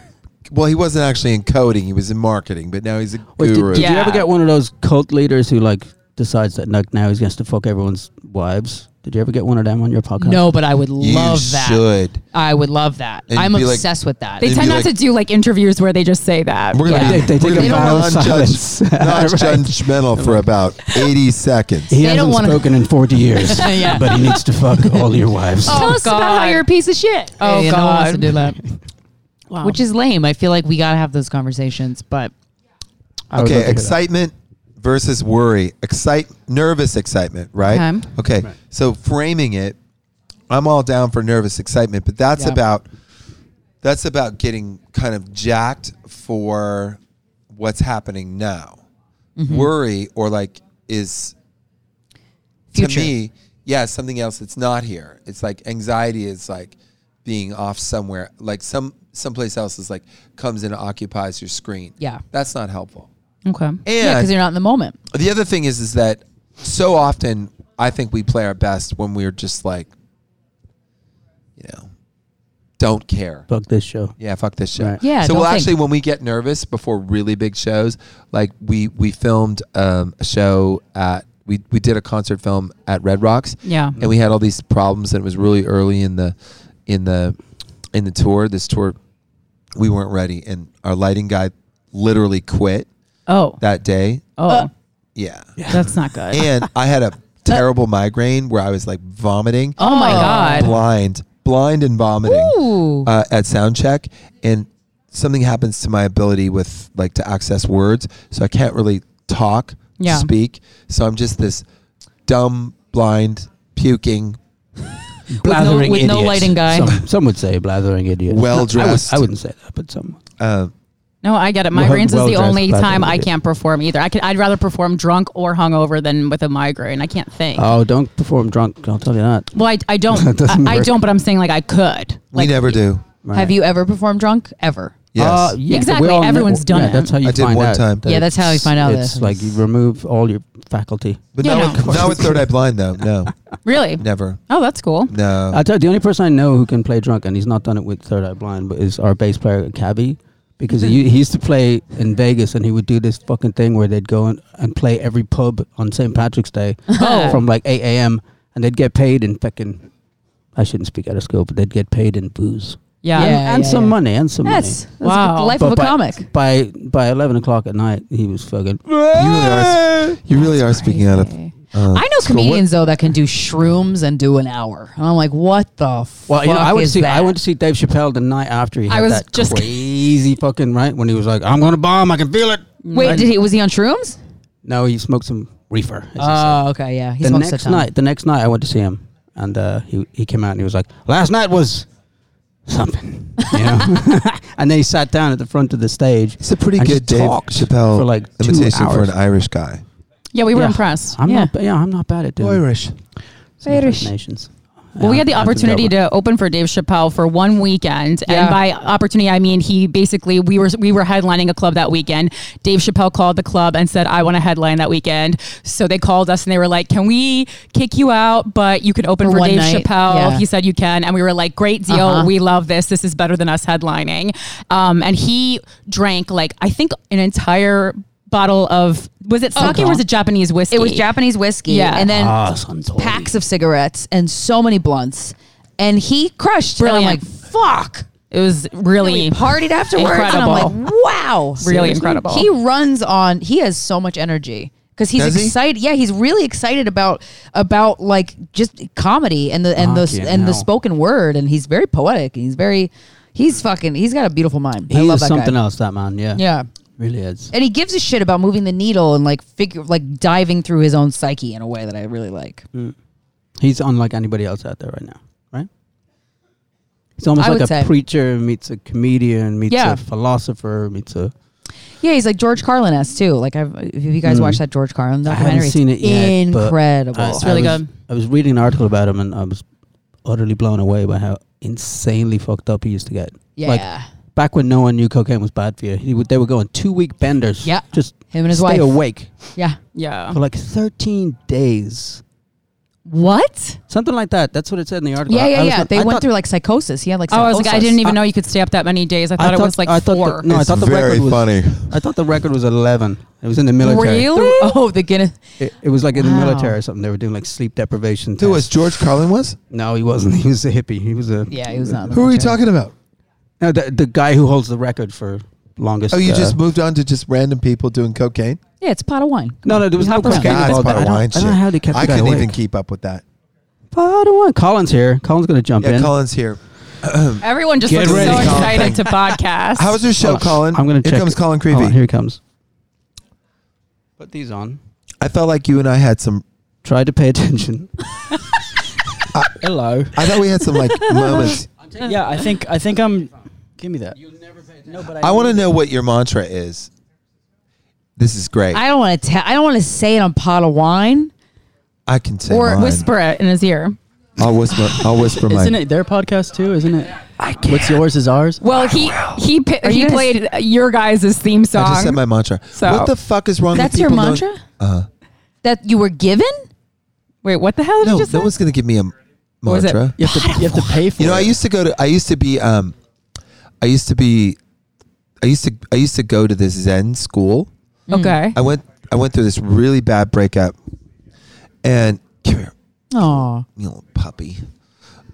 [SPEAKER 1] Well, he wasn't actually in coding. He was in marketing, but now he's a
[SPEAKER 4] Wait, did,
[SPEAKER 1] guru.
[SPEAKER 4] did you
[SPEAKER 3] Yeah.
[SPEAKER 4] ever get one of those cult leaders who like decides that like now he's going to fuck everyone's wives? Did you ever get one of them on your podcast?
[SPEAKER 2] No, but I would
[SPEAKER 1] You
[SPEAKER 2] love that.
[SPEAKER 1] should.
[SPEAKER 2] I would love that.
[SPEAKER 1] And
[SPEAKER 2] I'm
[SPEAKER 1] be like-
[SPEAKER 2] obsessed with that.
[SPEAKER 3] They
[SPEAKER 1] They'd
[SPEAKER 3] tend
[SPEAKER 1] be
[SPEAKER 3] not to
[SPEAKER 1] like-
[SPEAKER 3] do like interviews where they just say that.
[SPEAKER 1] We're gonna
[SPEAKER 2] Yeah.
[SPEAKER 1] be,
[SPEAKER 4] They- they
[SPEAKER 1] we're
[SPEAKER 4] take
[SPEAKER 1] gonna be
[SPEAKER 4] a vow of silence.
[SPEAKER 1] non-judge,
[SPEAKER 4] Right.
[SPEAKER 1] non-judgmental for about 80 seconds.
[SPEAKER 4] He
[SPEAKER 2] They don't
[SPEAKER 4] hasn't
[SPEAKER 2] wanna-
[SPEAKER 4] spoken in 40 years,
[SPEAKER 2] Yeah.
[SPEAKER 4] but he needs to fuck all your wives.
[SPEAKER 2] Tell
[SPEAKER 3] Oh,
[SPEAKER 2] us about how
[SPEAKER 3] God.
[SPEAKER 2] you're a piece of shit.
[SPEAKER 3] Oh,
[SPEAKER 2] Yeah, no one wants to
[SPEAKER 3] God.
[SPEAKER 2] do that.
[SPEAKER 3] Wow.
[SPEAKER 2] Which is lame. I feel like we gotta have those conversations, but
[SPEAKER 4] I would love to hear
[SPEAKER 1] Okay,
[SPEAKER 4] that.
[SPEAKER 1] excitement versus worry. Excite nervous excitement, right? Okay. So framing it, I'm all down for nervous excitement, but that's
[SPEAKER 2] Yeah.
[SPEAKER 1] about that's about getting kind of jacked for what's happening now.
[SPEAKER 2] Mm-hmm.
[SPEAKER 1] Worry or like is to
[SPEAKER 2] future.
[SPEAKER 1] me, yeah, something else that's not here. It's like anxiety is like being off somewhere, like some someplace else is like comes in and occupies your screen.
[SPEAKER 2] Yeah.
[SPEAKER 1] That's not helpful.
[SPEAKER 3] okay.
[SPEAKER 2] yeah, because
[SPEAKER 1] And
[SPEAKER 2] you're not in the moment.
[SPEAKER 1] the other thing is is that so often I think we play our best when we're just like, you know, don't care.
[SPEAKER 4] fuck this show.
[SPEAKER 1] Yeah, fuck this show.
[SPEAKER 4] Right.
[SPEAKER 2] Yeah,
[SPEAKER 1] So
[SPEAKER 2] don't
[SPEAKER 1] well,
[SPEAKER 2] think.
[SPEAKER 1] actually, when we get nervous before really big shows, like we we filmed um, a show at we we did a concert film at Red Rocks.
[SPEAKER 3] Yeah.
[SPEAKER 1] And we had all these problems, and it was really early in the in the in the tour. This tour, we weren't ready, and our lighting guy literally quit
[SPEAKER 3] Oh.
[SPEAKER 1] that day.
[SPEAKER 3] oh.
[SPEAKER 1] Yeah.
[SPEAKER 3] That's not good.
[SPEAKER 1] And I had a terrible migraine where I was like vomiting.
[SPEAKER 3] oh my
[SPEAKER 2] Oh.
[SPEAKER 3] god.
[SPEAKER 1] Blind, blind, and vomiting
[SPEAKER 2] Ooh.
[SPEAKER 1] uh, at sound check, and something happens to my ability with like to access words, so I can't really talk,
[SPEAKER 3] Yeah.
[SPEAKER 1] speak. So I'm just this dumb, blind, puking,
[SPEAKER 4] Blathering
[SPEAKER 2] with no
[SPEAKER 4] idiot.
[SPEAKER 2] lighting guy.
[SPEAKER 4] Some, some would say blathering idiot.
[SPEAKER 1] Well-dressed.
[SPEAKER 4] I, would, not say that, but some.
[SPEAKER 1] uh,
[SPEAKER 3] No, I get it.
[SPEAKER 4] Well,
[SPEAKER 3] Migraines is the
[SPEAKER 4] well-dressed
[SPEAKER 3] only
[SPEAKER 4] black
[SPEAKER 3] time I
[SPEAKER 4] idiot.
[SPEAKER 3] can't perform either. I could, I'd rather perform drunk or hungover than with a migraine. I can't think.
[SPEAKER 4] Oh, don't perform drunk. I'll tell you that.
[SPEAKER 3] well, I, I don't.
[SPEAKER 4] That doesn't
[SPEAKER 3] I, I
[SPEAKER 4] work.
[SPEAKER 3] don't. But I'm saying like I could.
[SPEAKER 1] we
[SPEAKER 3] Like,
[SPEAKER 1] never do.
[SPEAKER 4] Right.
[SPEAKER 2] Have you ever performed drunk? Ever.
[SPEAKER 1] Yes.
[SPEAKER 4] Uh, yeah, but
[SPEAKER 3] Exactly,
[SPEAKER 4] we all kn-
[SPEAKER 3] everyone's done
[SPEAKER 4] yeah,
[SPEAKER 3] it.
[SPEAKER 4] That's how you
[SPEAKER 1] I did
[SPEAKER 4] find
[SPEAKER 1] one
[SPEAKER 4] out
[SPEAKER 1] time.
[SPEAKER 4] that
[SPEAKER 2] Yeah, that's how you
[SPEAKER 4] it's-
[SPEAKER 2] find out
[SPEAKER 4] It's
[SPEAKER 2] this.
[SPEAKER 4] like you remove all your faculty.
[SPEAKER 1] but
[SPEAKER 3] yeah,
[SPEAKER 1] not,
[SPEAKER 3] no, of
[SPEAKER 1] with,
[SPEAKER 3] course.
[SPEAKER 1] not with Third Eye Blind though. No,
[SPEAKER 3] Really?
[SPEAKER 1] never.
[SPEAKER 3] Oh, that's cool.
[SPEAKER 1] No.
[SPEAKER 4] I tell you, the only person I know who can play drunk, and he's not done it with Third Eye Blind, but is our bass player Cabby, because he, he used to play in Vegas, and he would do this fucking thing where they'd go and, and play every pub on St. Patrick's Day
[SPEAKER 3] Oh.
[SPEAKER 4] from like eight a.m. and they'd get paid in fucking. I shouldn't speak out of school, but they'd get paid in booze
[SPEAKER 3] Yeah.
[SPEAKER 4] and,
[SPEAKER 2] Yeah,
[SPEAKER 4] and
[SPEAKER 2] yeah,
[SPEAKER 4] some
[SPEAKER 2] yeah.
[SPEAKER 4] money and some
[SPEAKER 2] That's, that's
[SPEAKER 3] Wow.
[SPEAKER 2] the life of a
[SPEAKER 4] But by-
[SPEAKER 2] comic.
[SPEAKER 4] money. By by eleven o'clock at night, he was fucking.
[SPEAKER 1] you really are. s- You really are speaking out of.
[SPEAKER 3] crazy.
[SPEAKER 1] Uh,
[SPEAKER 2] I know
[SPEAKER 1] school. What-
[SPEAKER 2] comedians though that can do shrooms and do an hour, and I'm like, what the
[SPEAKER 4] Well,
[SPEAKER 2] fuck
[SPEAKER 4] you know, I went
[SPEAKER 2] is
[SPEAKER 4] to see
[SPEAKER 2] that?
[SPEAKER 4] I went to see Dave Chappelle the night after he
[SPEAKER 3] I
[SPEAKER 4] had
[SPEAKER 3] was
[SPEAKER 4] that
[SPEAKER 3] just-
[SPEAKER 4] crazy fucking right when he was like, "I'm gonna bomb, I can feel it."
[SPEAKER 2] Wait, did he? Was he on shrooms?
[SPEAKER 4] No, he smoked some reefer. as he
[SPEAKER 2] Oh, okay, yeah. He
[SPEAKER 4] said. the
[SPEAKER 2] smokes a
[SPEAKER 4] next
[SPEAKER 2] ton.
[SPEAKER 4] night, the next night, I went to see him, and uh, he he came out and he was like, "Last night was something," you know. and then he sat down at the front of the stage.
[SPEAKER 1] It's a pretty
[SPEAKER 4] and
[SPEAKER 1] good
[SPEAKER 4] just
[SPEAKER 1] Dave
[SPEAKER 4] talked
[SPEAKER 1] Chappelle
[SPEAKER 4] for like two
[SPEAKER 1] imitation for
[SPEAKER 4] hours.
[SPEAKER 1] an Irish guy.
[SPEAKER 3] Yeah, we were
[SPEAKER 4] Yeah.
[SPEAKER 3] impressed.
[SPEAKER 4] I'm
[SPEAKER 2] Yeah.
[SPEAKER 4] not, ba- yeah, I'm not bad at doing
[SPEAKER 1] Irish.
[SPEAKER 4] some different
[SPEAKER 2] Irish.
[SPEAKER 4] nations.
[SPEAKER 3] Well, we had the
[SPEAKER 4] I have to
[SPEAKER 3] opportunity
[SPEAKER 4] go.
[SPEAKER 3] to open for Dave Chappelle for one weekend,
[SPEAKER 2] Yeah.
[SPEAKER 3] and by opportunity I mean he basically we were we were headlining a club that weekend. Dave Chappelle called the club and said, "I want to headline that weekend." So they called us and they were like, "Can we kick you out, but you can open
[SPEAKER 2] For
[SPEAKER 3] for,
[SPEAKER 2] one
[SPEAKER 3] Dave
[SPEAKER 2] night,
[SPEAKER 3] Chappelle?"
[SPEAKER 2] yeah.
[SPEAKER 3] He said, "You can," and we were like, "Great deal,
[SPEAKER 2] Uh-huh.
[SPEAKER 3] we love this. This is better than us headlining." Um, and he drank like I think an entire bottle of was it sake or
[SPEAKER 2] God.
[SPEAKER 3] was it Japanese whiskey?
[SPEAKER 2] Oh, It was Japanese whiskey,
[SPEAKER 3] Yeah.
[SPEAKER 2] and then
[SPEAKER 4] Ah, Suntory.
[SPEAKER 2] packs of cigarettes and so many blunts, and he crushed. And I'm
[SPEAKER 3] Brilliant.
[SPEAKER 2] like, fuck.
[SPEAKER 3] It was
[SPEAKER 2] We
[SPEAKER 3] really
[SPEAKER 2] partied afterwards, and I'm
[SPEAKER 3] Incredible.
[SPEAKER 2] like, wow,
[SPEAKER 3] Really incredible.
[SPEAKER 2] He runs on. He has so much energy. because he's
[SPEAKER 1] Does he?
[SPEAKER 2] excited. Yeah, he's really excited about about like just comedy and the and the
[SPEAKER 4] Fucking
[SPEAKER 2] and the
[SPEAKER 4] hell.
[SPEAKER 2] spoken word, and he's very poetic. He's very he's fucking. He's got a beautiful mind.
[SPEAKER 4] He
[SPEAKER 2] I love
[SPEAKER 4] is
[SPEAKER 2] that
[SPEAKER 4] something
[SPEAKER 2] guy.
[SPEAKER 4] else, that man. Yeah.
[SPEAKER 2] Yeah,
[SPEAKER 4] Really is.
[SPEAKER 2] and he gives a shit about moving the needle and like figure like diving through his own psyche in a way that I really like.
[SPEAKER 4] Mm. He's unlike anybody else out there right now, right? He's almost
[SPEAKER 2] I
[SPEAKER 4] like
[SPEAKER 2] would
[SPEAKER 4] a
[SPEAKER 2] say.
[SPEAKER 4] preacher meets a comedian meets
[SPEAKER 2] Yeah.
[SPEAKER 4] a philosopher meets a.
[SPEAKER 2] Yeah, he's like George Carlin esque too. Like, I've, if you guys
[SPEAKER 4] Mm.
[SPEAKER 2] watch that George Carlin
[SPEAKER 4] I
[SPEAKER 2] documentary,
[SPEAKER 4] haven't seen it
[SPEAKER 2] it's
[SPEAKER 4] yet. but
[SPEAKER 2] incredible.
[SPEAKER 4] I-
[SPEAKER 2] It's
[SPEAKER 4] I
[SPEAKER 2] really
[SPEAKER 4] was-
[SPEAKER 2] good.
[SPEAKER 4] I was reading an article about him and I was utterly blown away by how insanely fucked up he used to get.
[SPEAKER 2] yeah,
[SPEAKER 4] Like back when no one knew cocaine was bad for you, he would, they were going two week benders.
[SPEAKER 2] Yeah.
[SPEAKER 4] Just
[SPEAKER 2] him and his
[SPEAKER 4] stay
[SPEAKER 2] wife.
[SPEAKER 4] awake
[SPEAKER 2] Yeah,
[SPEAKER 3] Yeah.
[SPEAKER 4] for like 13 days.
[SPEAKER 2] what?
[SPEAKER 4] Something like that. That's what it said in the article.
[SPEAKER 2] Yeah,
[SPEAKER 4] I- I
[SPEAKER 2] yeah,
[SPEAKER 4] was
[SPEAKER 2] yeah.
[SPEAKER 4] like-
[SPEAKER 2] They
[SPEAKER 4] I
[SPEAKER 2] went
[SPEAKER 4] thought-
[SPEAKER 2] through like psychosis. He had like.
[SPEAKER 3] Oh, I was
[SPEAKER 2] Psychosis.
[SPEAKER 3] like, I didn't even know you could stay up that many days. I thought, it was like
[SPEAKER 4] I thought the-
[SPEAKER 3] four.
[SPEAKER 4] no, I
[SPEAKER 1] It's
[SPEAKER 4] thought the
[SPEAKER 1] very
[SPEAKER 4] record was
[SPEAKER 1] funny.
[SPEAKER 4] I thought the record was 11. It was in the military.
[SPEAKER 2] Really? Oh, the Guinness.
[SPEAKER 4] It, it was like in
[SPEAKER 2] Wow.
[SPEAKER 4] the military or something. They were doing like sleep deprivation.
[SPEAKER 1] Who was
[SPEAKER 4] tests.
[SPEAKER 1] George Carlin? Was
[SPEAKER 4] No, he wasn't. He was a hippie. He was a
[SPEAKER 2] Yeah, he was not. in the
[SPEAKER 1] who are we
[SPEAKER 2] military.
[SPEAKER 1] talking about?
[SPEAKER 4] No, the, the guy who holds the record for longest.
[SPEAKER 1] Oh, you
[SPEAKER 4] uh,
[SPEAKER 1] just moved on to just random people doing cocaine.
[SPEAKER 2] Yeah, it's a pot of wine.
[SPEAKER 4] no, no. There was
[SPEAKER 2] Not
[SPEAKER 4] no
[SPEAKER 2] for Okay,
[SPEAKER 4] cocaine
[SPEAKER 1] God, it's
[SPEAKER 4] involved.
[SPEAKER 1] part
[SPEAKER 4] I
[SPEAKER 1] of
[SPEAKER 4] don't,
[SPEAKER 1] wine
[SPEAKER 4] I don't
[SPEAKER 1] shit.
[SPEAKER 4] know how they kept
[SPEAKER 1] I
[SPEAKER 4] the guy
[SPEAKER 1] couldn't
[SPEAKER 4] awake.
[SPEAKER 1] even keep up with that.
[SPEAKER 4] Part of wine. Colin's here. Colin's gonna jump
[SPEAKER 1] Yeah,
[SPEAKER 4] in.
[SPEAKER 1] Colin's here.
[SPEAKER 3] Everyone just
[SPEAKER 4] Get
[SPEAKER 3] looks
[SPEAKER 4] ready,
[SPEAKER 3] so
[SPEAKER 4] Colin.
[SPEAKER 3] excited to podcast.
[SPEAKER 1] How's your show,
[SPEAKER 4] Hold on.
[SPEAKER 1] Colin?
[SPEAKER 4] Oh, I'm gonna
[SPEAKER 1] Here
[SPEAKER 4] check.
[SPEAKER 1] comes Colin
[SPEAKER 4] Hold
[SPEAKER 1] Creevy.
[SPEAKER 4] on, here he comes. Put these on.
[SPEAKER 1] I felt like you and I had some.
[SPEAKER 4] Try to pay attention. Hello.
[SPEAKER 1] I thought we had some like moments.
[SPEAKER 5] Yeah, I think I think I'm. Give me that.
[SPEAKER 4] No, but
[SPEAKER 1] I want to know what your mantra is. This is great.
[SPEAKER 2] I
[SPEAKER 1] I,
[SPEAKER 2] don't want to tell. I don't want to say it on pot of wine.
[SPEAKER 1] can say
[SPEAKER 3] or
[SPEAKER 1] mine.
[SPEAKER 3] whisper it in his ear.
[SPEAKER 1] I'll whisper. I'll whisper
[SPEAKER 5] Isn't
[SPEAKER 1] mine.
[SPEAKER 5] it their podcast too? Isn't it? I can't. What's yours is ours.
[SPEAKER 3] Well, he he pi-
[SPEAKER 2] Are
[SPEAKER 3] he
[SPEAKER 2] you guys-
[SPEAKER 3] played your guys' theme
[SPEAKER 1] I just said
[SPEAKER 3] song.
[SPEAKER 1] my mantra.
[SPEAKER 3] So-
[SPEAKER 1] what the fuck is wrong?
[SPEAKER 2] That's
[SPEAKER 1] with
[SPEAKER 2] your
[SPEAKER 1] people Uh-huh. knowing-
[SPEAKER 2] mantra. Uh That you were given.
[SPEAKER 3] Wait, what the hell did
[SPEAKER 1] No,
[SPEAKER 3] you just
[SPEAKER 1] no
[SPEAKER 3] say?
[SPEAKER 1] one's gonna give me a
[SPEAKER 3] was it?
[SPEAKER 1] mantra.
[SPEAKER 5] You have to you have to pay for.
[SPEAKER 1] You know,
[SPEAKER 5] it.
[SPEAKER 1] I used to go to. I used to be. Um, I used to be. I used to. I used to go to this Zen school.
[SPEAKER 3] Okay.
[SPEAKER 1] I went. I went through this really bad breakup, and come here,
[SPEAKER 2] Oh,
[SPEAKER 1] you little puppy.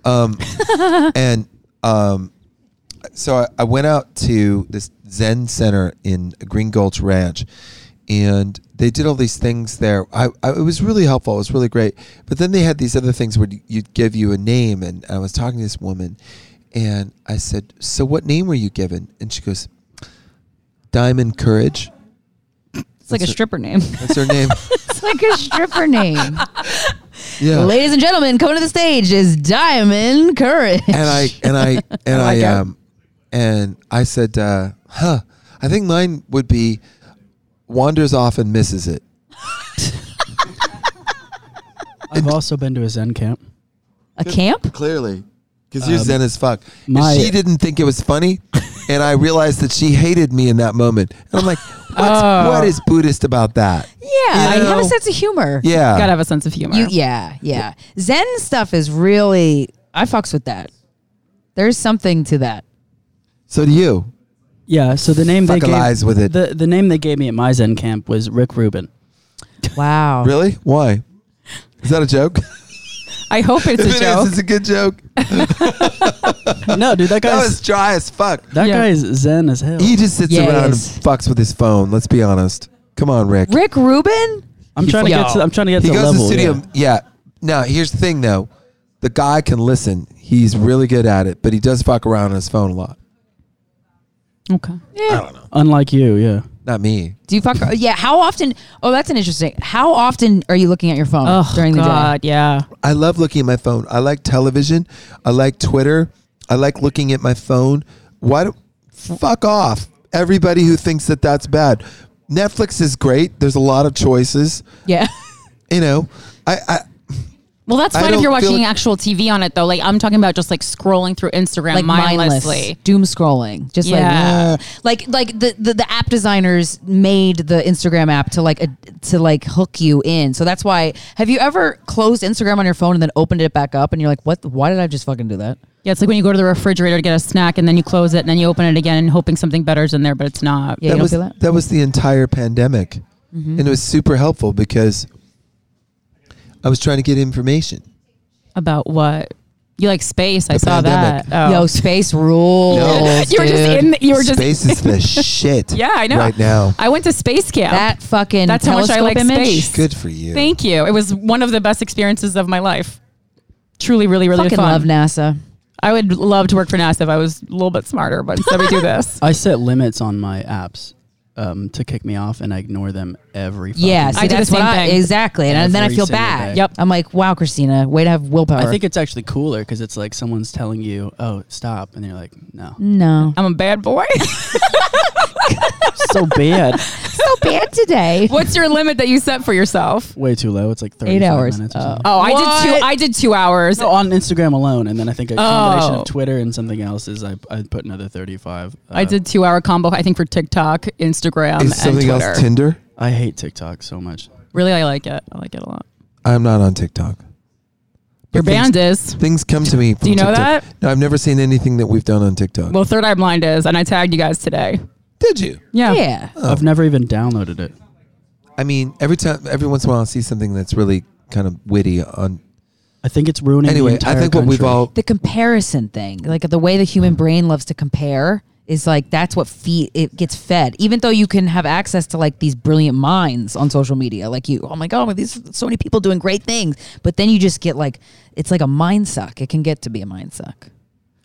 [SPEAKER 1] Um, and um, so I, I went out to this Zen center in Green Gulch Ranch, and they did all these things there. I, I it was really helpful. It was really great. But then they had these other things where you'd give you a name, and I was talking to this woman, and I said, "So what name were you given?" And she goes, "Diamond Courage."
[SPEAKER 2] it's like
[SPEAKER 1] That's
[SPEAKER 2] a
[SPEAKER 1] it.
[SPEAKER 2] stripper name.
[SPEAKER 1] That's her name.
[SPEAKER 2] it's like a stripper name.
[SPEAKER 1] Uh-huh. yeah.
[SPEAKER 2] Ladies and gentlemen, coming to the stage is Diamond Courage.
[SPEAKER 1] and I and I and I,
[SPEAKER 2] like it.
[SPEAKER 1] um and I said, uh, "Huh, I think mine would be wanders off and misses it."
[SPEAKER 5] I've also been to a Zen camp.
[SPEAKER 2] a camp?
[SPEAKER 1] Clearly, because you're zen as fuck. And
[SPEAKER 5] my-
[SPEAKER 1] she didn't think it was funny, and I realized that she hated me in that moment. And I'm like, What's, "What is Buddhist about that?"
[SPEAKER 2] Yeah, I
[SPEAKER 1] know-
[SPEAKER 2] have a sense of humor.
[SPEAKER 1] Yeah,
[SPEAKER 3] Gotta have a sense of humor.
[SPEAKER 2] You, yeah, yeah. Zen stuff is really I fucks with that. There's something to that.
[SPEAKER 1] so do you.
[SPEAKER 5] Yeah. So the name they
[SPEAKER 1] Fuck
[SPEAKER 5] gave
[SPEAKER 1] lies with it.
[SPEAKER 5] the the name they gave me at my Zen camp was Rick Rubin.
[SPEAKER 2] Wow.
[SPEAKER 1] Really? Why? Is that a joke?
[SPEAKER 3] I hope it's
[SPEAKER 1] If
[SPEAKER 3] a
[SPEAKER 1] it is,
[SPEAKER 3] joke.
[SPEAKER 1] it's a good joke.
[SPEAKER 5] no, dude, that
[SPEAKER 1] That
[SPEAKER 5] guy's
[SPEAKER 1] was dry as fuck.
[SPEAKER 5] that
[SPEAKER 3] Yeah.
[SPEAKER 5] guy is Zen as hell.
[SPEAKER 1] He just sits
[SPEAKER 2] Yeah, he
[SPEAKER 1] around and
[SPEAKER 2] is.
[SPEAKER 1] fucks with his phone. Let's be honest. Come on, Rick.
[SPEAKER 2] Rick Rubin?
[SPEAKER 5] I'm trying to
[SPEAKER 2] Yo.
[SPEAKER 5] get to I'm trying to get
[SPEAKER 1] he
[SPEAKER 5] to
[SPEAKER 1] goes
[SPEAKER 5] the level.
[SPEAKER 1] to the studio.
[SPEAKER 5] yeah.
[SPEAKER 1] Yeah. Now here's the thing though, the guy can listen. He's really good at it, but he does fuck around on his phone a lot.
[SPEAKER 5] Okay.
[SPEAKER 2] Yeah.
[SPEAKER 5] Unlike you, yeah.
[SPEAKER 1] Not me.
[SPEAKER 2] Do you fuck Yeah, how often Oh, that's an interesting. How often are you looking at your phone
[SPEAKER 3] Oh
[SPEAKER 2] during the
[SPEAKER 3] God,
[SPEAKER 2] day?
[SPEAKER 3] yeah.
[SPEAKER 1] I love looking at my phone. I like television. I like Twitter. I like looking at my phone. Why? Do, fuck off, everybody who thinks that that's bad. Netflix is great. There's a lot of choices.
[SPEAKER 2] Yeah.
[SPEAKER 1] You know, I, I
[SPEAKER 3] Well, that's
[SPEAKER 1] I
[SPEAKER 3] fine if
[SPEAKER 1] don't
[SPEAKER 3] you're
[SPEAKER 1] feel
[SPEAKER 3] watching
[SPEAKER 1] like-
[SPEAKER 3] actual TV on it though. Like I'm talking about just like scrolling through Instagram
[SPEAKER 2] like mindless
[SPEAKER 3] mindlessly.
[SPEAKER 2] doom scrolling just
[SPEAKER 3] Yeah.
[SPEAKER 2] like "Ugh." like like the, the the app designers made the instagram app to like a, to like hook you in so that's why have you ever closed instagram on your phone and then opened it back up and you're like what why did i just fucking do that
[SPEAKER 3] Yeah, it's like when you go to the refrigerator to get a snack and then you close it and then you open it again and hoping something better's in there, but it's not.
[SPEAKER 2] yeah you
[SPEAKER 1] that
[SPEAKER 2] don't
[SPEAKER 1] was
[SPEAKER 2] feel that
[SPEAKER 1] was the entire pandemic, and it was super helpful because I was trying to get information.
[SPEAKER 3] About what? You like space? I
[SPEAKER 1] The
[SPEAKER 3] saw
[SPEAKER 1] pandemic.
[SPEAKER 3] that. Oh.
[SPEAKER 2] Yo, space rules.
[SPEAKER 1] No.
[SPEAKER 3] you were just
[SPEAKER 2] dude.
[SPEAKER 3] in. The, you were just.
[SPEAKER 1] Space is the shit.
[SPEAKER 3] Yeah, I know.
[SPEAKER 1] Right now.
[SPEAKER 3] I went to space camp.
[SPEAKER 2] that fucking
[SPEAKER 3] That's how much
[SPEAKER 2] telescope
[SPEAKER 3] I like
[SPEAKER 2] image.
[SPEAKER 3] space.
[SPEAKER 1] Good for you.
[SPEAKER 3] Thank you. It was one of the best experiences of my life. Truly, really, really
[SPEAKER 2] Fucking
[SPEAKER 3] fun.
[SPEAKER 2] love NASA.
[SPEAKER 3] I would love to work for NASA if I was a little bit smarter, but instead we do this.
[SPEAKER 4] I set limits on my apps um, to kick me off, and I ignore them every. fucking
[SPEAKER 2] Yeah, see,
[SPEAKER 4] day.
[SPEAKER 3] I did the
[SPEAKER 2] that's what
[SPEAKER 3] same
[SPEAKER 2] I
[SPEAKER 3] thing.
[SPEAKER 2] exactly, and, then I
[SPEAKER 4] Every
[SPEAKER 2] feel
[SPEAKER 4] single
[SPEAKER 2] bad.
[SPEAKER 4] day.
[SPEAKER 3] Yep.
[SPEAKER 2] I'm like, wow, Christina, way to have willpower.
[SPEAKER 4] I think it's actually cooler because it's like someone's telling you, "Oh, stop," and you're like, "No,
[SPEAKER 2] no,
[SPEAKER 3] I'm a bad boy.
[SPEAKER 4] so bad."
[SPEAKER 2] so Oh, bad today.
[SPEAKER 3] What's your limit that you set for yourself?
[SPEAKER 4] Way too low. It's like thirty
[SPEAKER 2] Eight hours.
[SPEAKER 4] minutes. Or
[SPEAKER 2] Oh.
[SPEAKER 4] something.
[SPEAKER 3] Oh, I did
[SPEAKER 2] What?
[SPEAKER 3] two. I did two hours.
[SPEAKER 4] So on Instagram alone, and then I think a combination
[SPEAKER 3] Oh.
[SPEAKER 4] of Twitter and something else is I I put another thirty-five. Uh,
[SPEAKER 3] I did two hour combo. I think for TikTok, Instagram,
[SPEAKER 1] Is
[SPEAKER 3] and
[SPEAKER 1] something
[SPEAKER 3] Twitter.
[SPEAKER 1] else Tinder?
[SPEAKER 4] I hate TikTok so much.
[SPEAKER 3] really, I like it. I like it a lot.
[SPEAKER 1] I'm not on TikTok.
[SPEAKER 3] Your
[SPEAKER 1] But things-
[SPEAKER 3] band is.
[SPEAKER 1] Things come to me. From
[SPEAKER 3] Do you know
[SPEAKER 1] TikTok.
[SPEAKER 3] that?
[SPEAKER 1] No, I've never seen anything that we've done on TikTok.
[SPEAKER 3] Well, Third Eye Blind is, and I tagged you guys today.
[SPEAKER 1] did you?
[SPEAKER 3] Yeah.
[SPEAKER 2] Yeah.
[SPEAKER 1] Oh.
[SPEAKER 4] I've never even downloaded it.
[SPEAKER 1] I mean, every time, every once in a while, I see something that's really kind of witty. On
[SPEAKER 4] I think it's ruining. the
[SPEAKER 1] anyway, I
[SPEAKER 4] entire
[SPEAKER 1] think what we've
[SPEAKER 4] country.
[SPEAKER 1] all
[SPEAKER 2] the comparison thing, like the way the human brain loves to compare, is like that's what feed it gets fed. Even though you can have access to like these brilliant minds on social media, like you, oh my god, these so many people doing great things, but then you just get like it's like a mind suck. It can get to be a mind suck.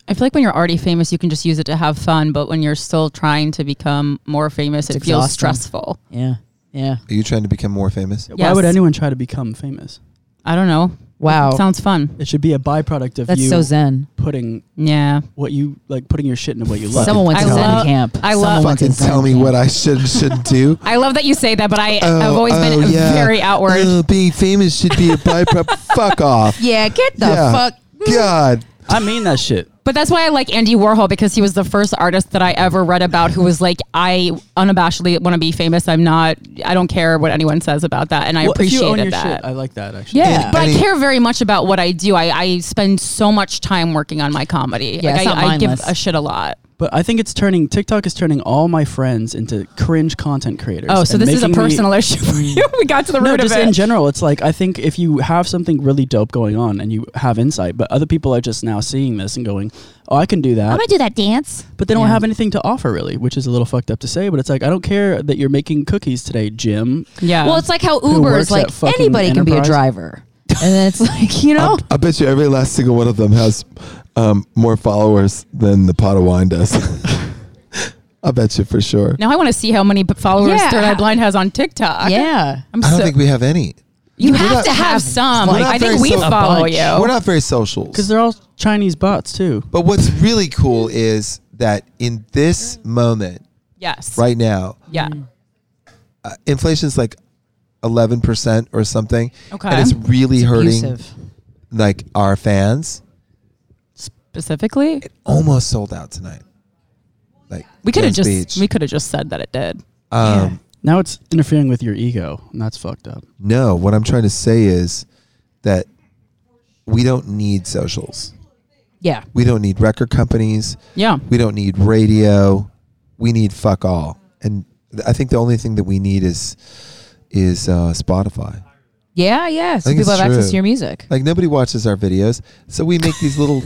[SPEAKER 3] I feel like when you're already famous, you can just use it to have fun. But when you're still trying to become more famous, it feels
[SPEAKER 2] exhausting.
[SPEAKER 3] stressful.
[SPEAKER 2] Yeah, yeah.
[SPEAKER 1] are you trying to become more famous?
[SPEAKER 4] Why would
[SPEAKER 3] Yes.
[SPEAKER 4] anyone try to become famous?
[SPEAKER 3] I don't know.
[SPEAKER 2] Wow,
[SPEAKER 3] Sounds fun.
[SPEAKER 4] It should be a byproduct of
[SPEAKER 2] that's
[SPEAKER 4] you
[SPEAKER 2] so zen.
[SPEAKER 4] putting
[SPEAKER 3] Yeah.
[SPEAKER 4] what you like, putting your shit into what you love.
[SPEAKER 2] Someone went to
[SPEAKER 3] I
[SPEAKER 2] zen
[SPEAKER 3] love-
[SPEAKER 2] camp.
[SPEAKER 3] I
[SPEAKER 2] Someone
[SPEAKER 3] love-
[SPEAKER 2] went to
[SPEAKER 1] Fucking
[SPEAKER 2] Zen
[SPEAKER 1] tell me
[SPEAKER 2] camp.
[SPEAKER 1] what I should should do.
[SPEAKER 3] I love that you say that, but I,
[SPEAKER 1] Oh,
[SPEAKER 3] I've always
[SPEAKER 1] oh,
[SPEAKER 3] been
[SPEAKER 1] yeah.
[SPEAKER 3] very outward.
[SPEAKER 1] Oh, being famous should be a byproduct. Fuck off.
[SPEAKER 2] Yeah, get the
[SPEAKER 1] Yeah.
[SPEAKER 2] fuck.
[SPEAKER 1] God.
[SPEAKER 4] I mean that shit.
[SPEAKER 3] But that's why I like Andy Warhol because he was the first artist that I ever read about who was like, I unabashedly want to be famous. I'm not, I don't care what anyone says about that. And I
[SPEAKER 4] Well, if you own your
[SPEAKER 3] appreciated that.
[SPEAKER 4] shit, I like that actually.
[SPEAKER 2] Yeah.
[SPEAKER 3] But
[SPEAKER 1] Any-
[SPEAKER 3] I care very much about what I do. I, I spend so much time working on my comedy.
[SPEAKER 2] Yeah,
[SPEAKER 3] like,
[SPEAKER 2] it's
[SPEAKER 3] I,
[SPEAKER 2] not
[SPEAKER 3] I give
[SPEAKER 2] mindless.
[SPEAKER 3] a shit a lot.
[SPEAKER 4] But I think it's turning TikTok is turning all my friends into cringe content creators.
[SPEAKER 3] Oh, so
[SPEAKER 4] and
[SPEAKER 3] this is a
[SPEAKER 4] making me- Mm.
[SPEAKER 3] personal issue for you. We got to the
[SPEAKER 4] No,
[SPEAKER 3] root of
[SPEAKER 4] just
[SPEAKER 3] it.
[SPEAKER 4] in general, it's like I think if you have something really dope going on and you have insight, but other people are just now seeing this and going, "Oh, I can do that,"
[SPEAKER 2] do that dance.
[SPEAKER 4] but they don't
[SPEAKER 2] Yeah.
[SPEAKER 4] have anything to offer really, which is a little fucked up to say. But it's like I don't care that you're making cookies today, Jim.
[SPEAKER 3] yeah.
[SPEAKER 2] Well, it's like how
[SPEAKER 4] Who
[SPEAKER 2] Uber
[SPEAKER 4] works
[SPEAKER 2] is like
[SPEAKER 4] at fucking
[SPEAKER 2] anybody can be a
[SPEAKER 4] Enterprise?
[SPEAKER 2] driver, and then it's like you know.
[SPEAKER 1] I bet you every last single one of them has um, more followers than the pot of wine does. I bet you for sure.
[SPEAKER 3] now I want to see how many followers
[SPEAKER 2] Yeah.
[SPEAKER 3] Third Eye Blind has on TikTok.
[SPEAKER 2] Yeah.
[SPEAKER 3] I'm
[SPEAKER 1] I don't
[SPEAKER 3] so,
[SPEAKER 1] think we have any.
[SPEAKER 3] you
[SPEAKER 1] we're
[SPEAKER 3] have
[SPEAKER 1] not-
[SPEAKER 3] to have some.
[SPEAKER 1] We're
[SPEAKER 3] Like,
[SPEAKER 1] not
[SPEAKER 3] I
[SPEAKER 1] very
[SPEAKER 3] think we
[SPEAKER 1] so- A
[SPEAKER 3] follow
[SPEAKER 4] bunch.
[SPEAKER 3] you.
[SPEAKER 1] We're not very socials.
[SPEAKER 4] Because they're all Chinese bots too.
[SPEAKER 1] But what's really cool is that in this moment
[SPEAKER 3] yes.
[SPEAKER 1] right now,
[SPEAKER 3] Yeah.
[SPEAKER 1] uh, inflation's like 11% or something.
[SPEAKER 3] Okay.
[SPEAKER 1] And it's really hurting
[SPEAKER 2] Abusive.
[SPEAKER 1] like our fans.
[SPEAKER 3] Specifically,
[SPEAKER 1] Almost sold out tonight. Like
[SPEAKER 3] we could have
[SPEAKER 1] Venice
[SPEAKER 3] just
[SPEAKER 1] Beach.
[SPEAKER 3] we could have just said that it did.
[SPEAKER 1] um,
[SPEAKER 4] Now it's interfering with your ego, and that's fucked up.
[SPEAKER 1] No, what I'm trying to say is that we don't need socials.
[SPEAKER 2] Yeah.
[SPEAKER 1] We don't need record companies.
[SPEAKER 3] Yeah.
[SPEAKER 1] We don't need radio. We need fuck all. And th- I think the only thing that we need is is uh, Spotify.
[SPEAKER 2] Yeah, yeah. So
[SPEAKER 1] think
[SPEAKER 2] people
[SPEAKER 1] it's
[SPEAKER 2] have access
[SPEAKER 1] true.
[SPEAKER 2] to your music.
[SPEAKER 1] Like nobody watches our videos, so we make these little.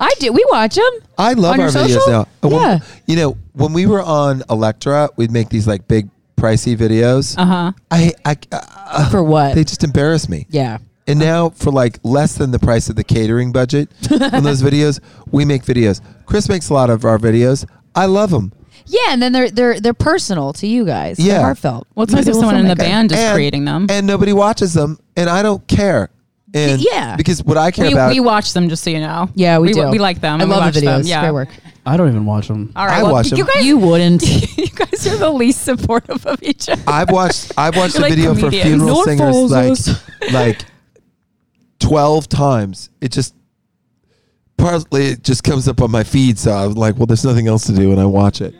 [SPEAKER 2] I do. We watch them.
[SPEAKER 1] I love
[SPEAKER 2] On
[SPEAKER 1] our
[SPEAKER 2] your
[SPEAKER 1] videos
[SPEAKER 2] social?
[SPEAKER 1] now. And when-
[SPEAKER 2] Yeah.
[SPEAKER 1] you know, when we were on Elektra, we'd make these like big pricey videos.
[SPEAKER 3] Uh huh.
[SPEAKER 1] I, I, uh,
[SPEAKER 2] Uh-huh. For what?
[SPEAKER 1] they just embarrass me.
[SPEAKER 2] yeah.
[SPEAKER 1] And now, for like less than the price of the catering budget on those videos, we make videos. Chris makes a lot of our videos. I love them.
[SPEAKER 2] Yeah, and then they're they're they're personal to you guys.
[SPEAKER 1] Yeah.
[SPEAKER 2] They're heartfelt.
[SPEAKER 3] Well, it's nice if
[SPEAKER 2] Little
[SPEAKER 3] someone in the
[SPEAKER 2] filmmaker.
[SPEAKER 3] band is creating them.
[SPEAKER 1] And nobody watches them, and I don't care. And
[SPEAKER 2] Yeah.
[SPEAKER 1] because what I care
[SPEAKER 3] we,
[SPEAKER 1] about,
[SPEAKER 3] we watch them just so you know.
[SPEAKER 2] Yeah, we, do.
[SPEAKER 3] We like them.
[SPEAKER 2] I
[SPEAKER 3] and we
[SPEAKER 2] love the
[SPEAKER 3] watch
[SPEAKER 2] videos.
[SPEAKER 3] Them. Yeah.
[SPEAKER 2] Great work.
[SPEAKER 4] I don't even watch them.
[SPEAKER 3] All right.
[SPEAKER 1] I
[SPEAKER 3] well,
[SPEAKER 1] watch 'em.
[SPEAKER 3] you guys,
[SPEAKER 2] You wouldn't.
[SPEAKER 3] you guys are the least supportive of each other.
[SPEAKER 1] I've watched I've watched the
[SPEAKER 3] You're like
[SPEAKER 1] video for
[SPEAKER 3] comedians.
[SPEAKER 1] funeral
[SPEAKER 3] No one
[SPEAKER 1] singers
[SPEAKER 3] follows
[SPEAKER 1] like like twelve times. It just partly it just comes up on my feed, so I'm like, well, there's nothing else to do, and I watch it.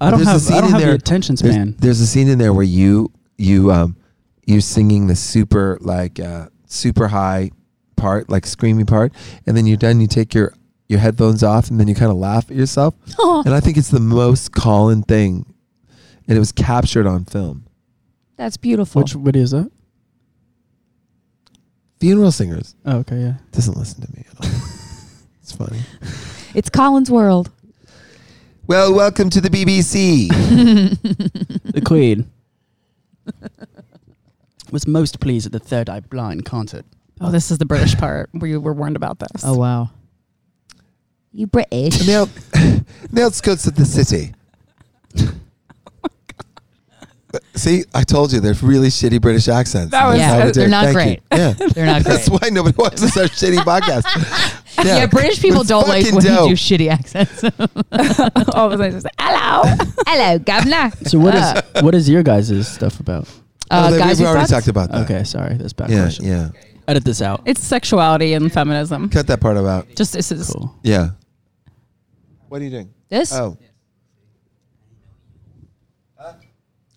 [SPEAKER 4] I don't
[SPEAKER 1] There's a
[SPEAKER 4] have.
[SPEAKER 1] scene
[SPEAKER 4] I don't
[SPEAKER 1] in
[SPEAKER 4] have
[SPEAKER 1] there-
[SPEAKER 4] the attention
[SPEAKER 1] there's,
[SPEAKER 4] span.
[SPEAKER 1] There's a scene in there where you you um you singing the super like uh super high part, like screaming part, and then you're done. You take your your headphones off, and then you kind of laugh at yourself.
[SPEAKER 2] Aw,
[SPEAKER 1] And I think it's the most Colin thing, and it was captured on film.
[SPEAKER 2] that's beautiful.
[SPEAKER 4] Which video is that?
[SPEAKER 1] Funeral singers
[SPEAKER 4] Oh, okay, yeah.
[SPEAKER 1] doesn't listen to me at all. it's funny.
[SPEAKER 2] It's Colin's world.
[SPEAKER 1] Well, welcome to the BBC.
[SPEAKER 4] The Queen was most pleased at the Third Eye Blind concert.
[SPEAKER 3] Oh, this is the British part. We were warned about this.
[SPEAKER 2] Oh wow. You British.
[SPEAKER 1] now, now outskirts of the city. See, I told you they're really shitty British accents.
[SPEAKER 3] That was-
[SPEAKER 1] That's
[SPEAKER 2] Yeah,
[SPEAKER 1] how we do
[SPEAKER 2] they're
[SPEAKER 1] it.
[SPEAKER 2] uh, not
[SPEAKER 1] Thank you. Yeah,
[SPEAKER 2] They're not great.
[SPEAKER 1] that's why nobody watches our shitty podcast.
[SPEAKER 2] yeah, British people
[SPEAKER 1] It's
[SPEAKER 2] don't like
[SPEAKER 1] fucking
[SPEAKER 2] when
[SPEAKER 1] dope.
[SPEAKER 2] you do shitty accents.
[SPEAKER 3] All of a sudden, it's just, hello.
[SPEAKER 2] Hello, governor.
[SPEAKER 4] So what
[SPEAKER 3] Ah.
[SPEAKER 4] is what is your guys' stuff about?
[SPEAKER 1] Oh,
[SPEAKER 2] Uh,
[SPEAKER 1] they-
[SPEAKER 2] guys,
[SPEAKER 1] we
[SPEAKER 2] your
[SPEAKER 1] already
[SPEAKER 2] thoughts?
[SPEAKER 1] talked about that.
[SPEAKER 4] Okay, sorry, that's bad
[SPEAKER 1] Ah. Yeah,
[SPEAKER 4] question.
[SPEAKER 1] yeah.
[SPEAKER 4] Edit this out.
[SPEAKER 3] It's sexuality and feminism.
[SPEAKER 1] Cut that part out.
[SPEAKER 3] Just this is
[SPEAKER 4] cool.
[SPEAKER 1] Yeah. What are you doing?
[SPEAKER 2] This
[SPEAKER 1] Oh,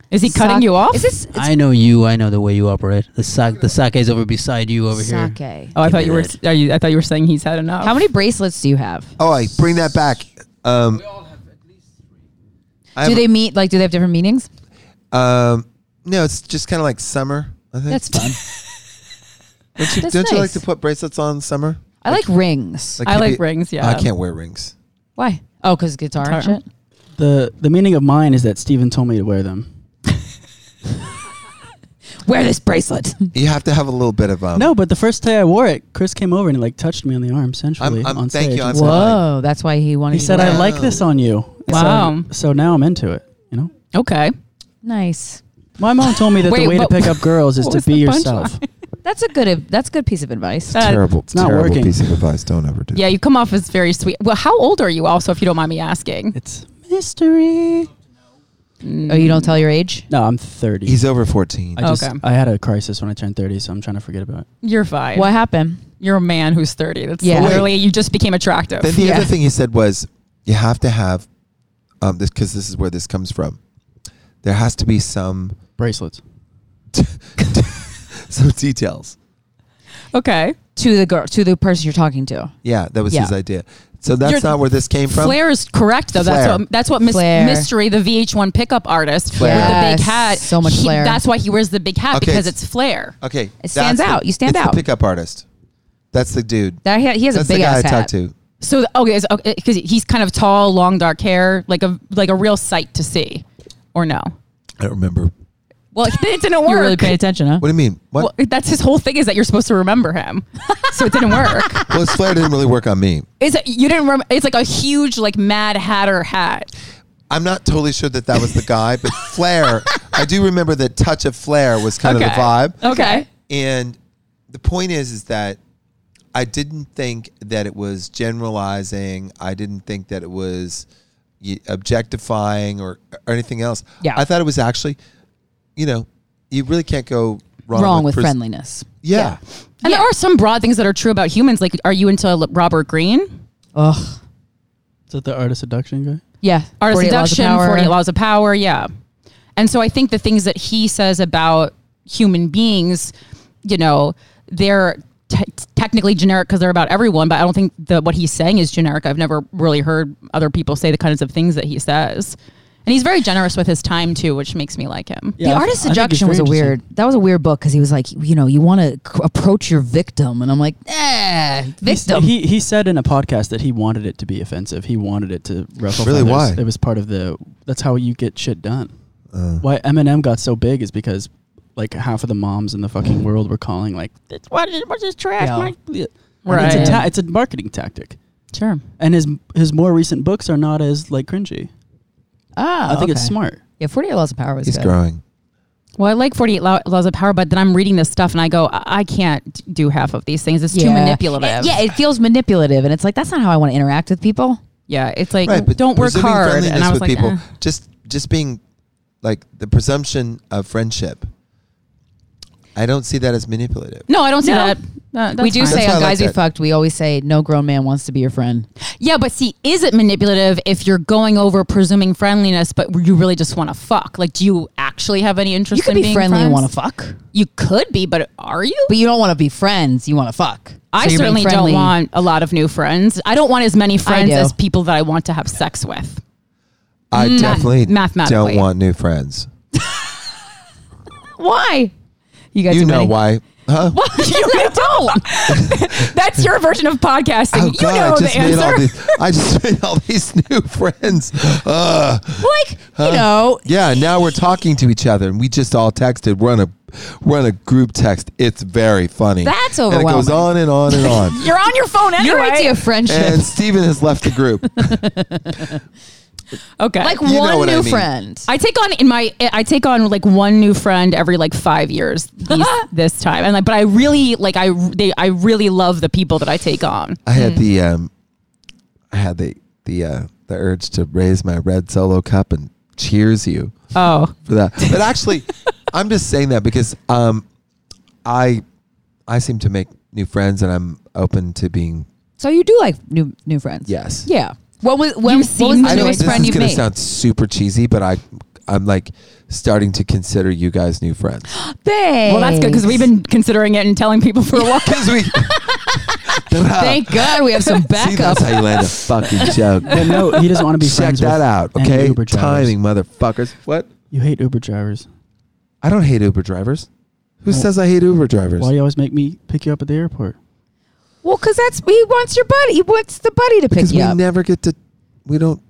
[SPEAKER 3] is he cutting
[SPEAKER 2] Sock-
[SPEAKER 3] you off?
[SPEAKER 2] Is this
[SPEAKER 6] I know you. I know the way you operate. The sack, the sake is over beside you over
[SPEAKER 2] sake?
[SPEAKER 6] here.
[SPEAKER 3] oh, I
[SPEAKER 6] Give me
[SPEAKER 3] thought you were.
[SPEAKER 6] that.
[SPEAKER 3] Are you, I thought you were saying he's had enough.
[SPEAKER 2] Oh, How many bracelets do you have?
[SPEAKER 1] oh, I bring that back. Um, I
[SPEAKER 2] do
[SPEAKER 1] have-
[SPEAKER 2] they meet? Like, do they have different meanings?
[SPEAKER 1] Um, no, it's just kind of like summer. I think.
[SPEAKER 2] That's fun.
[SPEAKER 1] Don't you,
[SPEAKER 2] that's
[SPEAKER 1] don't you like
[SPEAKER 2] nice.
[SPEAKER 1] to put bracelets on summer?
[SPEAKER 2] I like rings.
[SPEAKER 3] I
[SPEAKER 1] you
[SPEAKER 3] like rings, yeah.
[SPEAKER 1] Oh, I can't wear rings.
[SPEAKER 2] Why? Oh, because guitar,
[SPEAKER 3] Guitar.
[SPEAKER 2] and shit.
[SPEAKER 4] The the meaning of mine is that Steven told me to wear them.
[SPEAKER 2] Wear this bracelet.
[SPEAKER 1] You have to have a little bit of um.
[SPEAKER 2] uh,
[SPEAKER 4] No, but the first day I wore it, Chris came over and like touched me on the arm sensually
[SPEAKER 1] I'm-
[SPEAKER 4] on
[SPEAKER 1] thank
[SPEAKER 4] stage.
[SPEAKER 1] you, I'm so-
[SPEAKER 2] Whoa, that's why he wanted.
[SPEAKER 4] he
[SPEAKER 2] you to
[SPEAKER 4] said,
[SPEAKER 2] wear
[SPEAKER 4] "I
[SPEAKER 2] it.
[SPEAKER 4] like this on you." So-
[SPEAKER 3] Wow.
[SPEAKER 4] So, now I'm into it. You know,
[SPEAKER 3] Okay,
[SPEAKER 2] nice.
[SPEAKER 4] my mom told me that
[SPEAKER 3] Wait,
[SPEAKER 4] the way to
[SPEAKER 3] but-
[SPEAKER 4] pick up girls is
[SPEAKER 3] what
[SPEAKER 4] to
[SPEAKER 3] was
[SPEAKER 4] be
[SPEAKER 3] the
[SPEAKER 4] yourself.
[SPEAKER 2] That's a good. That's a good piece of advice.
[SPEAKER 3] Uh,
[SPEAKER 1] terrible.
[SPEAKER 4] it's not
[SPEAKER 1] terrible
[SPEAKER 4] working.
[SPEAKER 1] piece of advice. Don't ever do.
[SPEAKER 3] yeah, you come off as very sweet. Well, how old are you, also, if you don't mind me asking?
[SPEAKER 4] It's mystery.
[SPEAKER 2] Oh, you don't tell your age.
[SPEAKER 4] No, I'm 30.
[SPEAKER 1] He's over fourteen.
[SPEAKER 4] I just
[SPEAKER 3] Okay.
[SPEAKER 4] I had a crisis when I turned 30, so I'm trying to forget about it.
[SPEAKER 3] You're fine.
[SPEAKER 2] What happened?
[SPEAKER 3] You're a man who's 30. That's
[SPEAKER 2] Yeah.
[SPEAKER 3] literally you just became attractive.
[SPEAKER 1] then the
[SPEAKER 2] yeah.
[SPEAKER 1] other thing he said was, you have to have, um, this because this is where this comes from. There has to be some
[SPEAKER 4] Bracelets.
[SPEAKER 1] some details.
[SPEAKER 3] Okay.
[SPEAKER 2] To the girl, to the person you're talking to.
[SPEAKER 1] Yeah, that was
[SPEAKER 2] Yeah.
[SPEAKER 1] his idea. So that's
[SPEAKER 3] You're-
[SPEAKER 1] not where this came from.
[SPEAKER 3] Flair is correct though.
[SPEAKER 1] Flair.
[SPEAKER 3] That's what that's what mis-
[SPEAKER 2] Flair.
[SPEAKER 3] mystery, the VH1 pickup artist
[SPEAKER 1] Flair.
[SPEAKER 3] with the big
[SPEAKER 2] Yes.
[SPEAKER 3] hat.
[SPEAKER 2] So much
[SPEAKER 3] he-
[SPEAKER 2] flair.
[SPEAKER 3] That's why he wears the big hat
[SPEAKER 1] Okay.
[SPEAKER 3] because it's flair.
[SPEAKER 1] Okay,
[SPEAKER 2] It stands
[SPEAKER 1] that's the-
[SPEAKER 2] out. You stand
[SPEAKER 1] it's the
[SPEAKER 2] out.
[SPEAKER 1] pickup artist. That's the dude.
[SPEAKER 2] That he, he has
[SPEAKER 1] that's
[SPEAKER 2] a big
[SPEAKER 1] the guy
[SPEAKER 2] ass
[SPEAKER 1] I
[SPEAKER 2] hat.
[SPEAKER 1] talked to.
[SPEAKER 3] So okay, because he's kind of tall, long dark hair, like a like a real sight to see, or no?
[SPEAKER 1] I don't remember.
[SPEAKER 3] Well, it didn't work.
[SPEAKER 2] You really pay attention, huh?
[SPEAKER 1] What do you mean? What?
[SPEAKER 3] Well, that's his whole thing is that you're supposed to remember him. so it didn't work.
[SPEAKER 1] Well, his flair didn't really work on me.
[SPEAKER 3] It's you didn't remember. It's like a huge like Mad Hatter hat.
[SPEAKER 1] I'm not totally sure that that was the guy, but flair. I do remember that touch of flair was kind of the vibe.
[SPEAKER 3] Okay.
[SPEAKER 1] And the point is, is that I didn't think that it was generalizing. I didn't think that it was y- objectifying or, or anything else.
[SPEAKER 2] Yeah.
[SPEAKER 1] I thought it was actually, you know, you really can't go wrong,
[SPEAKER 2] Wrong with
[SPEAKER 1] pers-
[SPEAKER 2] friendliness.
[SPEAKER 1] Yeah.
[SPEAKER 3] And there are some broad things that are true about humans. Like, are you into L- Robert Greene?
[SPEAKER 2] Ugh.
[SPEAKER 4] Is that the art of seduction guy?
[SPEAKER 2] Yeah.
[SPEAKER 3] Art of
[SPEAKER 2] 48 laws of
[SPEAKER 3] seduction,
[SPEAKER 2] power.
[SPEAKER 3] 48 laws of power. Yeah. And so I think the things that he says about human beings, you know, they're te- technically generic because they're about everyone, but I don't think that what he's saying is generic. I've never really heard other people say the kinds of things that he says. And he's very generous with his time too, which makes me like him.
[SPEAKER 4] Yeah, I
[SPEAKER 2] the
[SPEAKER 4] th-
[SPEAKER 2] artist
[SPEAKER 4] I think it's
[SPEAKER 2] seduction was a
[SPEAKER 4] very
[SPEAKER 2] weird. That was a weird book because he was like, you know, you want to c- approach your victim, and I'm like, eh, victim.
[SPEAKER 4] He he said in a podcast that he wanted it to be offensive. He wanted it to ruffle
[SPEAKER 1] Really,
[SPEAKER 4] feathers.
[SPEAKER 1] why?
[SPEAKER 4] It was part of the. That's how you get shit done.
[SPEAKER 1] Uh,
[SPEAKER 4] Why Eminem got so big is because like half of the moms in the fucking world were calling like, "It's- "What is what's this trash?"
[SPEAKER 2] Yeah.
[SPEAKER 4] Mike?" Yeah.
[SPEAKER 3] Right.
[SPEAKER 4] It's a, ta- it's a marketing tactic.
[SPEAKER 3] Sure.
[SPEAKER 4] And his his more recent books are not as like cringy.
[SPEAKER 2] ah,
[SPEAKER 4] I think it's
[SPEAKER 2] okay.
[SPEAKER 4] smart.
[SPEAKER 2] Yeah, 48 laws of power was
[SPEAKER 1] He's
[SPEAKER 2] good.
[SPEAKER 1] growing.
[SPEAKER 3] Well, I like 48 Law- Laws of Power, but then I'm reading this stuff and I go, I, I can't d- do half of these things. It's too
[SPEAKER 2] Yeah.
[SPEAKER 3] manipulative.
[SPEAKER 2] It- yeah, it feels manipulative, and it's like that's not how I want to interact with people.
[SPEAKER 3] Yeah, it's like
[SPEAKER 1] right, but
[SPEAKER 3] don't work
[SPEAKER 1] presuming
[SPEAKER 3] hard.
[SPEAKER 1] friendliness
[SPEAKER 3] And I was
[SPEAKER 1] with
[SPEAKER 3] like,
[SPEAKER 1] people,
[SPEAKER 3] eh.
[SPEAKER 1] just just being like the presumption of friendship. I don't see that as manipulative.
[SPEAKER 3] no, I don't see
[SPEAKER 2] No.
[SPEAKER 3] that. Uh, that's
[SPEAKER 2] we do
[SPEAKER 3] fine.
[SPEAKER 2] say
[SPEAKER 1] That's why I
[SPEAKER 2] on
[SPEAKER 1] like
[SPEAKER 2] guys we
[SPEAKER 1] that.
[SPEAKER 2] fucked, we always say no grown man wants to be your friend.
[SPEAKER 3] yeah, but see, is it manipulative if you're going over presuming friendliness, but you really just want to fuck? Like, do you actually have any interest?
[SPEAKER 2] You could
[SPEAKER 3] in
[SPEAKER 2] be
[SPEAKER 3] being
[SPEAKER 2] friendly and
[SPEAKER 3] friends?
[SPEAKER 2] want to fuck,
[SPEAKER 3] You could be, but are you?
[SPEAKER 2] but you don't want to be friends. You want to fuck. So
[SPEAKER 3] I
[SPEAKER 2] you're being
[SPEAKER 3] certainly don't
[SPEAKER 2] friendly.
[SPEAKER 3] want a lot of new friends. I don't want as many friends
[SPEAKER 2] do.
[SPEAKER 3] as people that I want to have sex with.
[SPEAKER 1] I definitely
[SPEAKER 3] mathematically.
[SPEAKER 1] don't want new friends.
[SPEAKER 3] Why? You guys,
[SPEAKER 1] you
[SPEAKER 3] are
[SPEAKER 1] know
[SPEAKER 3] winning.
[SPEAKER 1] why? Huh?
[SPEAKER 3] Well, you I don't. That's your version of podcasting. you know
[SPEAKER 1] Oh, I
[SPEAKER 3] the
[SPEAKER 1] just made all
[SPEAKER 3] answer.
[SPEAKER 1] these. I just made all these new friends. Uh,
[SPEAKER 3] like
[SPEAKER 1] huh?
[SPEAKER 3] you know,
[SPEAKER 1] Yeah, now we're talking to each other, and we just all texted. We're on a we're on a group text. It's very funny.
[SPEAKER 2] That's
[SPEAKER 1] And it goes on and on and on.
[SPEAKER 3] you're on your phone anyway.
[SPEAKER 2] Your idea of friendship.
[SPEAKER 1] and Steven has left the group.
[SPEAKER 3] okay.
[SPEAKER 2] like
[SPEAKER 1] know
[SPEAKER 2] one
[SPEAKER 1] what I
[SPEAKER 2] new
[SPEAKER 1] mean.
[SPEAKER 2] friend.
[SPEAKER 3] I take on in my I take on like one new friend every like five years these, this time and like but I really like I they I really love the people that I take on.
[SPEAKER 1] I had the um, I had the the uh, the urge to raise my red solo cup and cheers you.
[SPEAKER 3] Oh,
[SPEAKER 1] for that. But actually, I'm just saying that because um, I I seem to make new friends, and I'm open to being
[SPEAKER 2] so you do like new new friends.
[SPEAKER 1] yes.
[SPEAKER 2] Yeah. What was when
[SPEAKER 3] You've
[SPEAKER 2] what was
[SPEAKER 3] seen
[SPEAKER 2] the
[SPEAKER 1] I know
[SPEAKER 2] newest
[SPEAKER 1] this
[SPEAKER 2] friend
[SPEAKER 1] is
[SPEAKER 2] you've
[SPEAKER 1] going to
[SPEAKER 2] made?
[SPEAKER 1] sound super cheesy, but I I'm like starting to consider you guys new friends
[SPEAKER 2] Thanks.
[SPEAKER 3] well that's good because we've been considering it and telling people for a while.
[SPEAKER 1] because we.
[SPEAKER 2] Thank God we have some
[SPEAKER 1] See,
[SPEAKER 2] backup.
[SPEAKER 1] that's how you land a fucking joke.
[SPEAKER 5] Well, no, he doesn't want to be
[SPEAKER 1] Check
[SPEAKER 5] friends with
[SPEAKER 1] that out,
[SPEAKER 5] any
[SPEAKER 1] okay?
[SPEAKER 5] Uber drivers.
[SPEAKER 1] Timing, motherfuckers. What?
[SPEAKER 5] You hate Uber drivers.
[SPEAKER 1] I don't hate Uber drivers. Who
[SPEAKER 5] Well,
[SPEAKER 1] says I hate Uber drivers?
[SPEAKER 5] Why do you always make me pick you up at the airport?
[SPEAKER 2] well, because that's he wants your buddy. He wants the buddy to pick
[SPEAKER 1] because
[SPEAKER 2] you
[SPEAKER 1] we
[SPEAKER 2] up.
[SPEAKER 1] never get to. We don't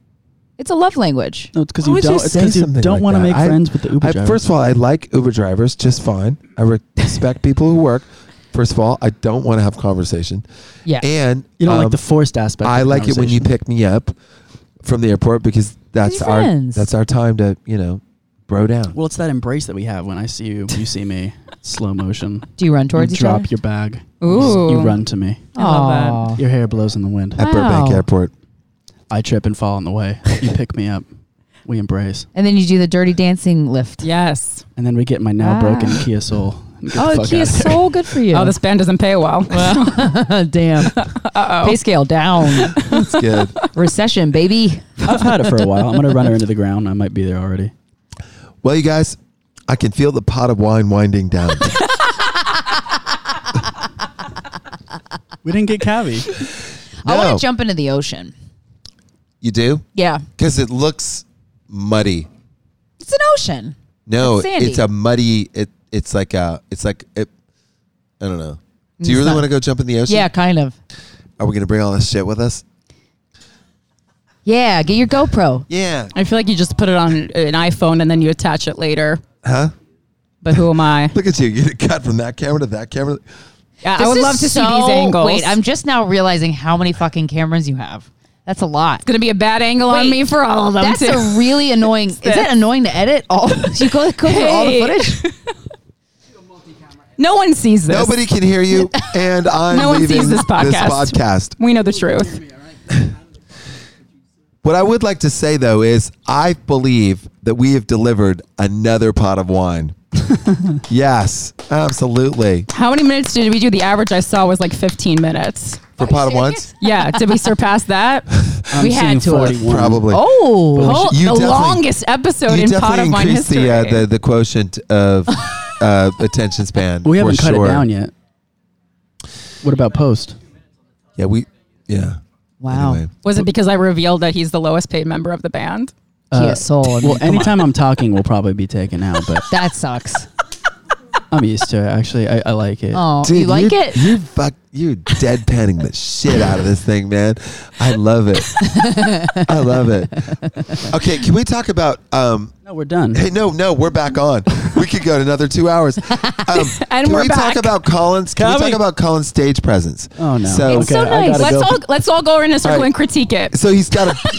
[SPEAKER 2] it's a love language.
[SPEAKER 5] No, it's because
[SPEAKER 1] Why
[SPEAKER 5] you
[SPEAKER 1] would you
[SPEAKER 5] don't. It's
[SPEAKER 1] say
[SPEAKER 5] because you
[SPEAKER 1] something
[SPEAKER 5] don't
[SPEAKER 1] like
[SPEAKER 5] want to
[SPEAKER 1] that?
[SPEAKER 5] make
[SPEAKER 1] I-
[SPEAKER 5] friends with the Uber
[SPEAKER 1] I,
[SPEAKER 5] drivers.
[SPEAKER 1] first of all, I like Uber drivers just fine. I respect people who work. First of all, I don't want to have conversation.
[SPEAKER 2] Yeah.
[SPEAKER 1] And
[SPEAKER 5] you don't
[SPEAKER 1] um,
[SPEAKER 5] like the forced aspect. of
[SPEAKER 1] I
[SPEAKER 5] the
[SPEAKER 1] like it when you
[SPEAKER 5] conversation.
[SPEAKER 1] pick me up from the airport because that's
[SPEAKER 2] Be
[SPEAKER 1] our
[SPEAKER 2] friends.
[SPEAKER 1] that's our time to you know bro down.
[SPEAKER 5] Well, it's that embrace that we have when I see you, you see me, slow motion.
[SPEAKER 2] Do you run towards
[SPEAKER 5] you
[SPEAKER 2] each
[SPEAKER 5] drop
[SPEAKER 2] other?
[SPEAKER 5] your bag.
[SPEAKER 3] Ooh.
[SPEAKER 5] You run to me.
[SPEAKER 3] I love
[SPEAKER 2] Aw.
[SPEAKER 5] Your hair blows in the wind.
[SPEAKER 1] at Burbank
[SPEAKER 2] wow.
[SPEAKER 1] Airport,
[SPEAKER 5] I trip and fall on the way. You pick me up. We embrace.
[SPEAKER 2] And then you do the dirty dancing lift.
[SPEAKER 3] Yes.
[SPEAKER 5] And then we get my now
[SPEAKER 2] Ah.
[SPEAKER 5] broken Kia Soul. and get the fuck
[SPEAKER 2] Oh,
[SPEAKER 5] out
[SPEAKER 2] Kia
[SPEAKER 5] of here.
[SPEAKER 2] Soul, good for you.
[SPEAKER 3] Oh, this band doesn't pay well.
[SPEAKER 2] damn. Uh-oh. Pay scale down.
[SPEAKER 1] it's good.
[SPEAKER 2] Recession, baby.
[SPEAKER 5] I've had it for a while. I'm going to run her into the ground. I might be there already.
[SPEAKER 1] well, you guys, I can feel the pot of wine winding down.
[SPEAKER 5] We didn't get Cavi.
[SPEAKER 2] I
[SPEAKER 1] No.
[SPEAKER 2] want to jump into the ocean.
[SPEAKER 1] you do
[SPEAKER 2] Yeah,
[SPEAKER 1] because it looks muddy.
[SPEAKER 2] it's an ocean.
[SPEAKER 1] No,
[SPEAKER 2] It's sandy.
[SPEAKER 1] it's a muddy. It it's like a it's like it. I don't know. Do you
[SPEAKER 2] It's
[SPEAKER 1] really
[SPEAKER 2] not-
[SPEAKER 1] want to go jump in the ocean?
[SPEAKER 2] Yeah, kind of.
[SPEAKER 1] Are we gonna bring all this shit with us?
[SPEAKER 2] Yeah, get your GoPro.
[SPEAKER 1] Yeah.
[SPEAKER 3] I feel like you just put it on an iPhone and then you attach it later.
[SPEAKER 1] Huh?
[SPEAKER 3] But who am I?
[SPEAKER 1] Look at you. You cut from that camera to that camera.
[SPEAKER 3] Yeah, I
[SPEAKER 2] This
[SPEAKER 3] would
[SPEAKER 2] is
[SPEAKER 3] love to see
[SPEAKER 2] so-
[SPEAKER 3] these angles.
[SPEAKER 2] Wait, I'm just now realizing how many fucking cameras you have. That's a lot.
[SPEAKER 3] gonna be a bad angle on
[SPEAKER 2] Wait,
[SPEAKER 3] me for all of them.
[SPEAKER 2] That's
[SPEAKER 3] too.
[SPEAKER 2] a really annoying. Is
[SPEAKER 3] this.
[SPEAKER 2] that annoying to edit? All you go, go through all the
[SPEAKER 3] Hey.
[SPEAKER 2] footage.
[SPEAKER 3] no one sees this.
[SPEAKER 1] Nobody can hear you, and I'm
[SPEAKER 3] No one
[SPEAKER 1] leaving
[SPEAKER 3] sees this podcast.
[SPEAKER 1] podcast.
[SPEAKER 3] We know the truth.
[SPEAKER 1] What I would like to say though is, I believe that we have delivered another pot of wine. yes, absolutely.
[SPEAKER 3] How many minutes did we do? The average I saw was like 15 minutes.
[SPEAKER 1] For pot of wines,
[SPEAKER 3] Yeah, did we surpass that?
[SPEAKER 5] I'm
[SPEAKER 2] We had
[SPEAKER 5] seeing
[SPEAKER 2] to have.
[SPEAKER 5] 41.
[SPEAKER 1] probably.
[SPEAKER 2] Oh,
[SPEAKER 3] Oh,
[SPEAKER 1] you
[SPEAKER 3] the
[SPEAKER 1] definitely-
[SPEAKER 3] longest episode
[SPEAKER 1] you
[SPEAKER 3] in Pot
[SPEAKER 1] definitely
[SPEAKER 3] of Wine
[SPEAKER 1] increased
[SPEAKER 3] history.
[SPEAKER 1] the, uh, the the quotient of uh, attention span.
[SPEAKER 5] We haven't
[SPEAKER 1] for
[SPEAKER 5] cut
[SPEAKER 1] sure.
[SPEAKER 5] it down yet. What about post?
[SPEAKER 1] Yeah, we. Yeah.
[SPEAKER 2] wow.
[SPEAKER 1] Anyway.
[SPEAKER 3] was it because I revealed that he's the lowest paid member of the band?
[SPEAKER 1] uh,
[SPEAKER 2] Kia Soul. Oh, I mean,
[SPEAKER 5] Well,
[SPEAKER 2] come on.
[SPEAKER 5] anytime I'm talking, we'll probably be taken out, but
[SPEAKER 2] that sucks.
[SPEAKER 5] I'm used to it. Actually, I, I like it.
[SPEAKER 2] Oh,
[SPEAKER 1] Dude,
[SPEAKER 2] you like
[SPEAKER 1] you're-
[SPEAKER 2] it?
[SPEAKER 1] You fuck. You deadpanning the shit out of this thing, man. I love it. I love it. Okay, can we talk about? Um,
[SPEAKER 5] No, we're done.
[SPEAKER 1] hey, no, no, we're back on. We could go another two hours. Um,
[SPEAKER 3] And
[SPEAKER 1] can
[SPEAKER 3] we're
[SPEAKER 1] we
[SPEAKER 3] back.
[SPEAKER 1] talk about Collins? Can we
[SPEAKER 5] Coming.
[SPEAKER 1] talk about Collins' stage presence?
[SPEAKER 5] Oh, no.
[SPEAKER 1] So,
[SPEAKER 5] It's so
[SPEAKER 1] I
[SPEAKER 5] nice.
[SPEAKER 1] gotta
[SPEAKER 3] Let's
[SPEAKER 1] go.
[SPEAKER 3] all let's all go in a circle
[SPEAKER 1] All right.
[SPEAKER 3] and critique it.
[SPEAKER 1] So he's got a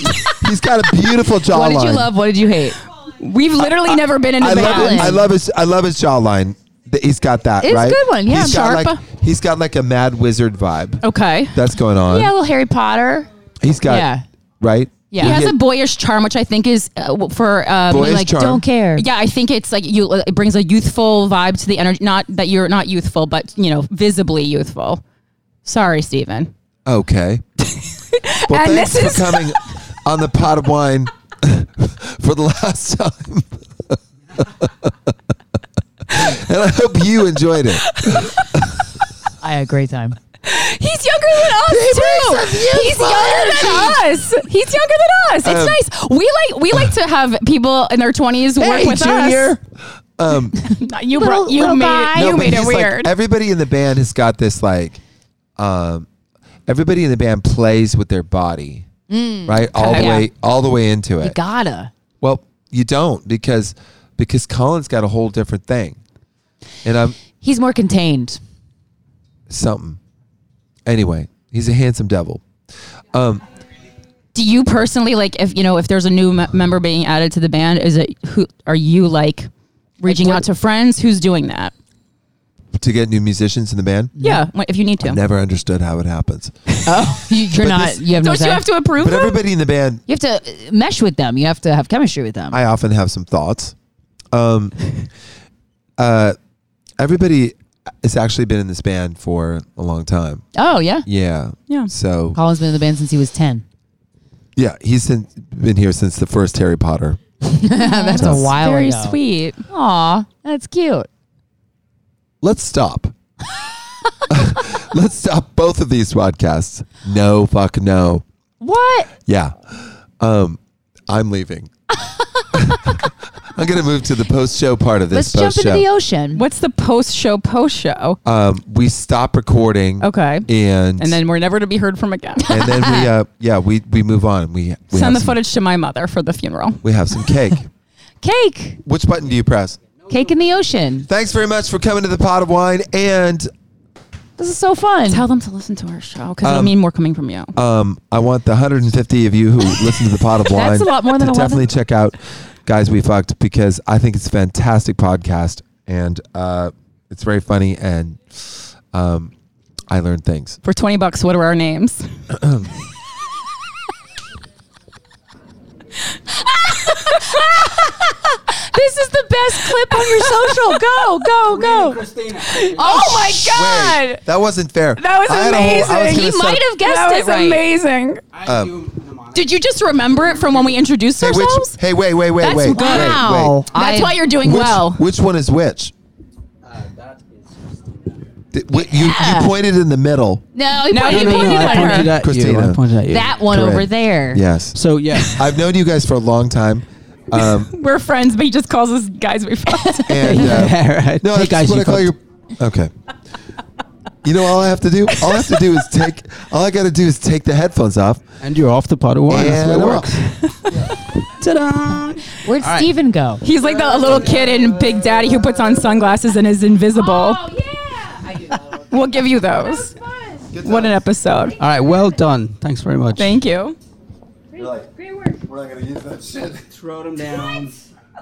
[SPEAKER 1] he's got a beautiful jawline.
[SPEAKER 2] What did you love? What did you hate?
[SPEAKER 3] We've literally never been in a
[SPEAKER 1] I love,
[SPEAKER 3] band.
[SPEAKER 1] it. I love his I love his jawline. Th- He's got that
[SPEAKER 2] It's a
[SPEAKER 1] right.
[SPEAKER 2] good one, yeah.
[SPEAKER 1] He's got
[SPEAKER 3] Sharp.
[SPEAKER 1] like he's got like a mad wizard vibe.
[SPEAKER 3] Okay.
[SPEAKER 1] That's going on.
[SPEAKER 2] Yeah, a little Harry Potter.
[SPEAKER 1] He's got
[SPEAKER 2] Yeah.
[SPEAKER 1] right.
[SPEAKER 2] Yeah.
[SPEAKER 3] He has
[SPEAKER 1] Yeah.
[SPEAKER 3] a boyish charm, which I think is uh, w- for um,
[SPEAKER 1] Boyish
[SPEAKER 3] like
[SPEAKER 1] charm.
[SPEAKER 2] Don't care.
[SPEAKER 3] Yeah, I think it's like you. It brings a youthful vibe to the energy. Not that you're not youthful, but you know, visibly youthful. Sorry, Steven.
[SPEAKER 1] Okay. well,
[SPEAKER 3] And
[SPEAKER 1] thanks
[SPEAKER 3] this
[SPEAKER 1] for coming on the pot of wine for the last time. and I hope you enjoyed it.
[SPEAKER 2] I had a great time.
[SPEAKER 3] He's younger than us too. He's younger than us. He's younger than us. It's
[SPEAKER 1] Um,
[SPEAKER 3] nice. We like we like to have people in their twenties work
[SPEAKER 1] Hey,
[SPEAKER 3] with us.
[SPEAKER 1] Junior. Um,
[SPEAKER 3] Not- you
[SPEAKER 2] Little-
[SPEAKER 3] brought, you
[SPEAKER 2] little
[SPEAKER 3] made
[SPEAKER 2] guy.
[SPEAKER 3] it,
[SPEAKER 2] No,
[SPEAKER 3] you
[SPEAKER 1] but
[SPEAKER 3] made it
[SPEAKER 1] he's, like,
[SPEAKER 3] weird.
[SPEAKER 1] everybody in the band has got this like, um, everybody in the band plays with their body,
[SPEAKER 3] Mm.
[SPEAKER 1] right? All the
[SPEAKER 2] Okay.
[SPEAKER 1] way, all the way into
[SPEAKER 2] You
[SPEAKER 1] it.
[SPEAKER 2] gotta.
[SPEAKER 1] well, you don't because because Colin's got a whole different thing, and I'm
[SPEAKER 2] He's more contained.
[SPEAKER 1] something. Anyway, he's a handsome devil. Um,
[SPEAKER 3] Do you personally like if you know if there's a new me- member being added to the band? Is it who are you like reaching out to friends? Who's doing that?
[SPEAKER 1] to get new musicians in the band,
[SPEAKER 3] Yeah, wh- if you need to.
[SPEAKER 1] never understood how it happens.
[SPEAKER 2] You, you're
[SPEAKER 1] Oh. But
[SPEAKER 2] not.
[SPEAKER 1] this-
[SPEAKER 2] you have no.
[SPEAKER 3] Don't you
[SPEAKER 2] say.
[SPEAKER 3] have to approve?
[SPEAKER 1] But
[SPEAKER 3] them?
[SPEAKER 1] everybody in the band
[SPEAKER 2] You have to uh, mesh with them. You have to have chemistry with them.
[SPEAKER 1] I often have some thoughts. Um, uh, everybody has actually been in this band for a long time.
[SPEAKER 2] oh yeah.
[SPEAKER 1] Yeah.
[SPEAKER 3] Yeah.
[SPEAKER 1] So
[SPEAKER 2] Colin's been in the band since he was ten.
[SPEAKER 1] yeah, he's in, been here since the first Harry Potter.
[SPEAKER 2] That's a while
[SPEAKER 3] Very
[SPEAKER 2] ago.
[SPEAKER 3] sweet.
[SPEAKER 2] Aw, that's cute.
[SPEAKER 1] Let's stop. Let's stop both of these podcasts. No, fuck no.
[SPEAKER 2] What?
[SPEAKER 1] Yeah. Um, I'm leaving. I'm gonna move to the post-show part of
[SPEAKER 2] Let's
[SPEAKER 1] this
[SPEAKER 2] jump into
[SPEAKER 1] post-show.
[SPEAKER 2] the ocean.
[SPEAKER 3] What's the post show post show?
[SPEAKER 1] um, we stop recording.
[SPEAKER 3] Okay.
[SPEAKER 1] And
[SPEAKER 3] And then we're never to be heard from again.
[SPEAKER 1] and then we uh yeah we we move on we, we have
[SPEAKER 3] Send the
[SPEAKER 1] some-
[SPEAKER 3] footage to my mother for the funeral.
[SPEAKER 1] we have some cake
[SPEAKER 2] Cake.
[SPEAKER 1] which button do you press
[SPEAKER 2] Cake in the ocean.
[SPEAKER 1] thanks very much for coming to the pot of wine and
[SPEAKER 2] This is so fun.
[SPEAKER 3] Tell them to listen to our show because it'll
[SPEAKER 1] Um,
[SPEAKER 3] mean more coming from you.
[SPEAKER 1] um i want the 150 of you who listen to the pot of wine
[SPEAKER 2] a lot more than
[SPEAKER 1] to
[SPEAKER 2] 11.
[SPEAKER 1] definitely check out guys we fucked because i think it's a fantastic podcast and uh it's very funny and um i learned things
[SPEAKER 3] For 20 bucks, what are our names?
[SPEAKER 2] this is the best clip on your social. Go, go, go.
[SPEAKER 4] Christina.
[SPEAKER 3] Oh, my God.
[SPEAKER 1] Wait, that wasn't fair
[SPEAKER 3] That was
[SPEAKER 1] I had a whole- I was
[SPEAKER 3] amazing.
[SPEAKER 1] gonna
[SPEAKER 2] He
[SPEAKER 1] say-
[SPEAKER 2] might have guessed
[SPEAKER 3] that
[SPEAKER 2] it
[SPEAKER 3] was
[SPEAKER 2] right.
[SPEAKER 3] amazing. Did you just remember it from when we introduced
[SPEAKER 1] hey, which,
[SPEAKER 3] ourselves?
[SPEAKER 1] hey wait wait wait
[SPEAKER 3] That's
[SPEAKER 1] wait, wait
[SPEAKER 2] Wow.
[SPEAKER 1] wait
[SPEAKER 3] That's
[SPEAKER 2] I-
[SPEAKER 3] why you're doing
[SPEAKER 1] which,
[SPEAKER 3] well.
[SPEAKER 1] which one is which Uh, Th- wh- You, you pointed in the middle.
[SPEAKER 2] No, he
[SPEAKER 3] No,
[SPEAKER 2] pointed
[SPEAKER 3] he
[SPEAKER 2] at
[SPEAKER 3] pointed
[SPEAKER 2] her.
[SPEAKER 4] I
[SPEAKER 3] at her.
[SPEAKER 4] pointed at you.
[SPEAKER 1] Christina.
[SPEAKER 4] I pointed at you.
[SPEAKER 2] That one
[SPEAKER 1] Correct.
[SPEAKER 2] over there.
[SPEAKER 1] Yes.
[SPEAKER 4] So yeah,
[SPEAKER 1] I've known you guys for a long time. Um,
[SPEAKER 3] We're friends, but he just calls us guys we fucked.
[SPEAKER 1] and uh,
[SPEAKER 4] Yeah, right.
[SPEAKER 1] no,
[SPEAKER 4] Hey,
[SPEAKER 1] that's
[SPEAKER 4] guys,
[SPEAKER 1] what
[SPEAKER 4] you
[SPEAKER 1] I call you.
[SPEAKER 4] fucked.
[SPEAKER 1] Okay. You know all I have to do? All I have to do is take. All I got to do is take the headphones off.
[SPEAKER 4] and you're off the pot of wine. That's
[SPEAKER 1] and
[SPEAKER 4] what it
[SPEAKER 1] I'm
[SPEAKER 4] works.
[SPEAKER 1] off.
[SPEAKER 4] Ta-da!
[SPEAKER 2] Where'd
[SPEAKER 4] right.
[SPEAKER 2] Steven go?
[SPEAKER 3] He's like the little kid in Big Daddy who puts on sunglasses and is invisible.
[SPEAKER 2] yeah.
[SPEAKER 3] We'll give you those. What an episode.
[SPEAKER 4] All right, well done. Thanks very much.
[SPEAKER 3] Thank you.
[SPEAKER 2] Great work.
[SPEAKER 1] We're not gonna use that shit.
[SPEAKER 4] Throw them down.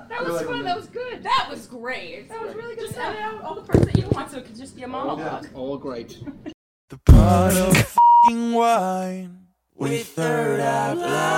[SPEAKER 3] That was fun. That was good. That was great. That was really good. Just edit out all the parts that you don't want so it could just be a monologue.
[SPEAKER 4] All great.
[SPEAKER 7] The pot of fucking wine with third eye blind.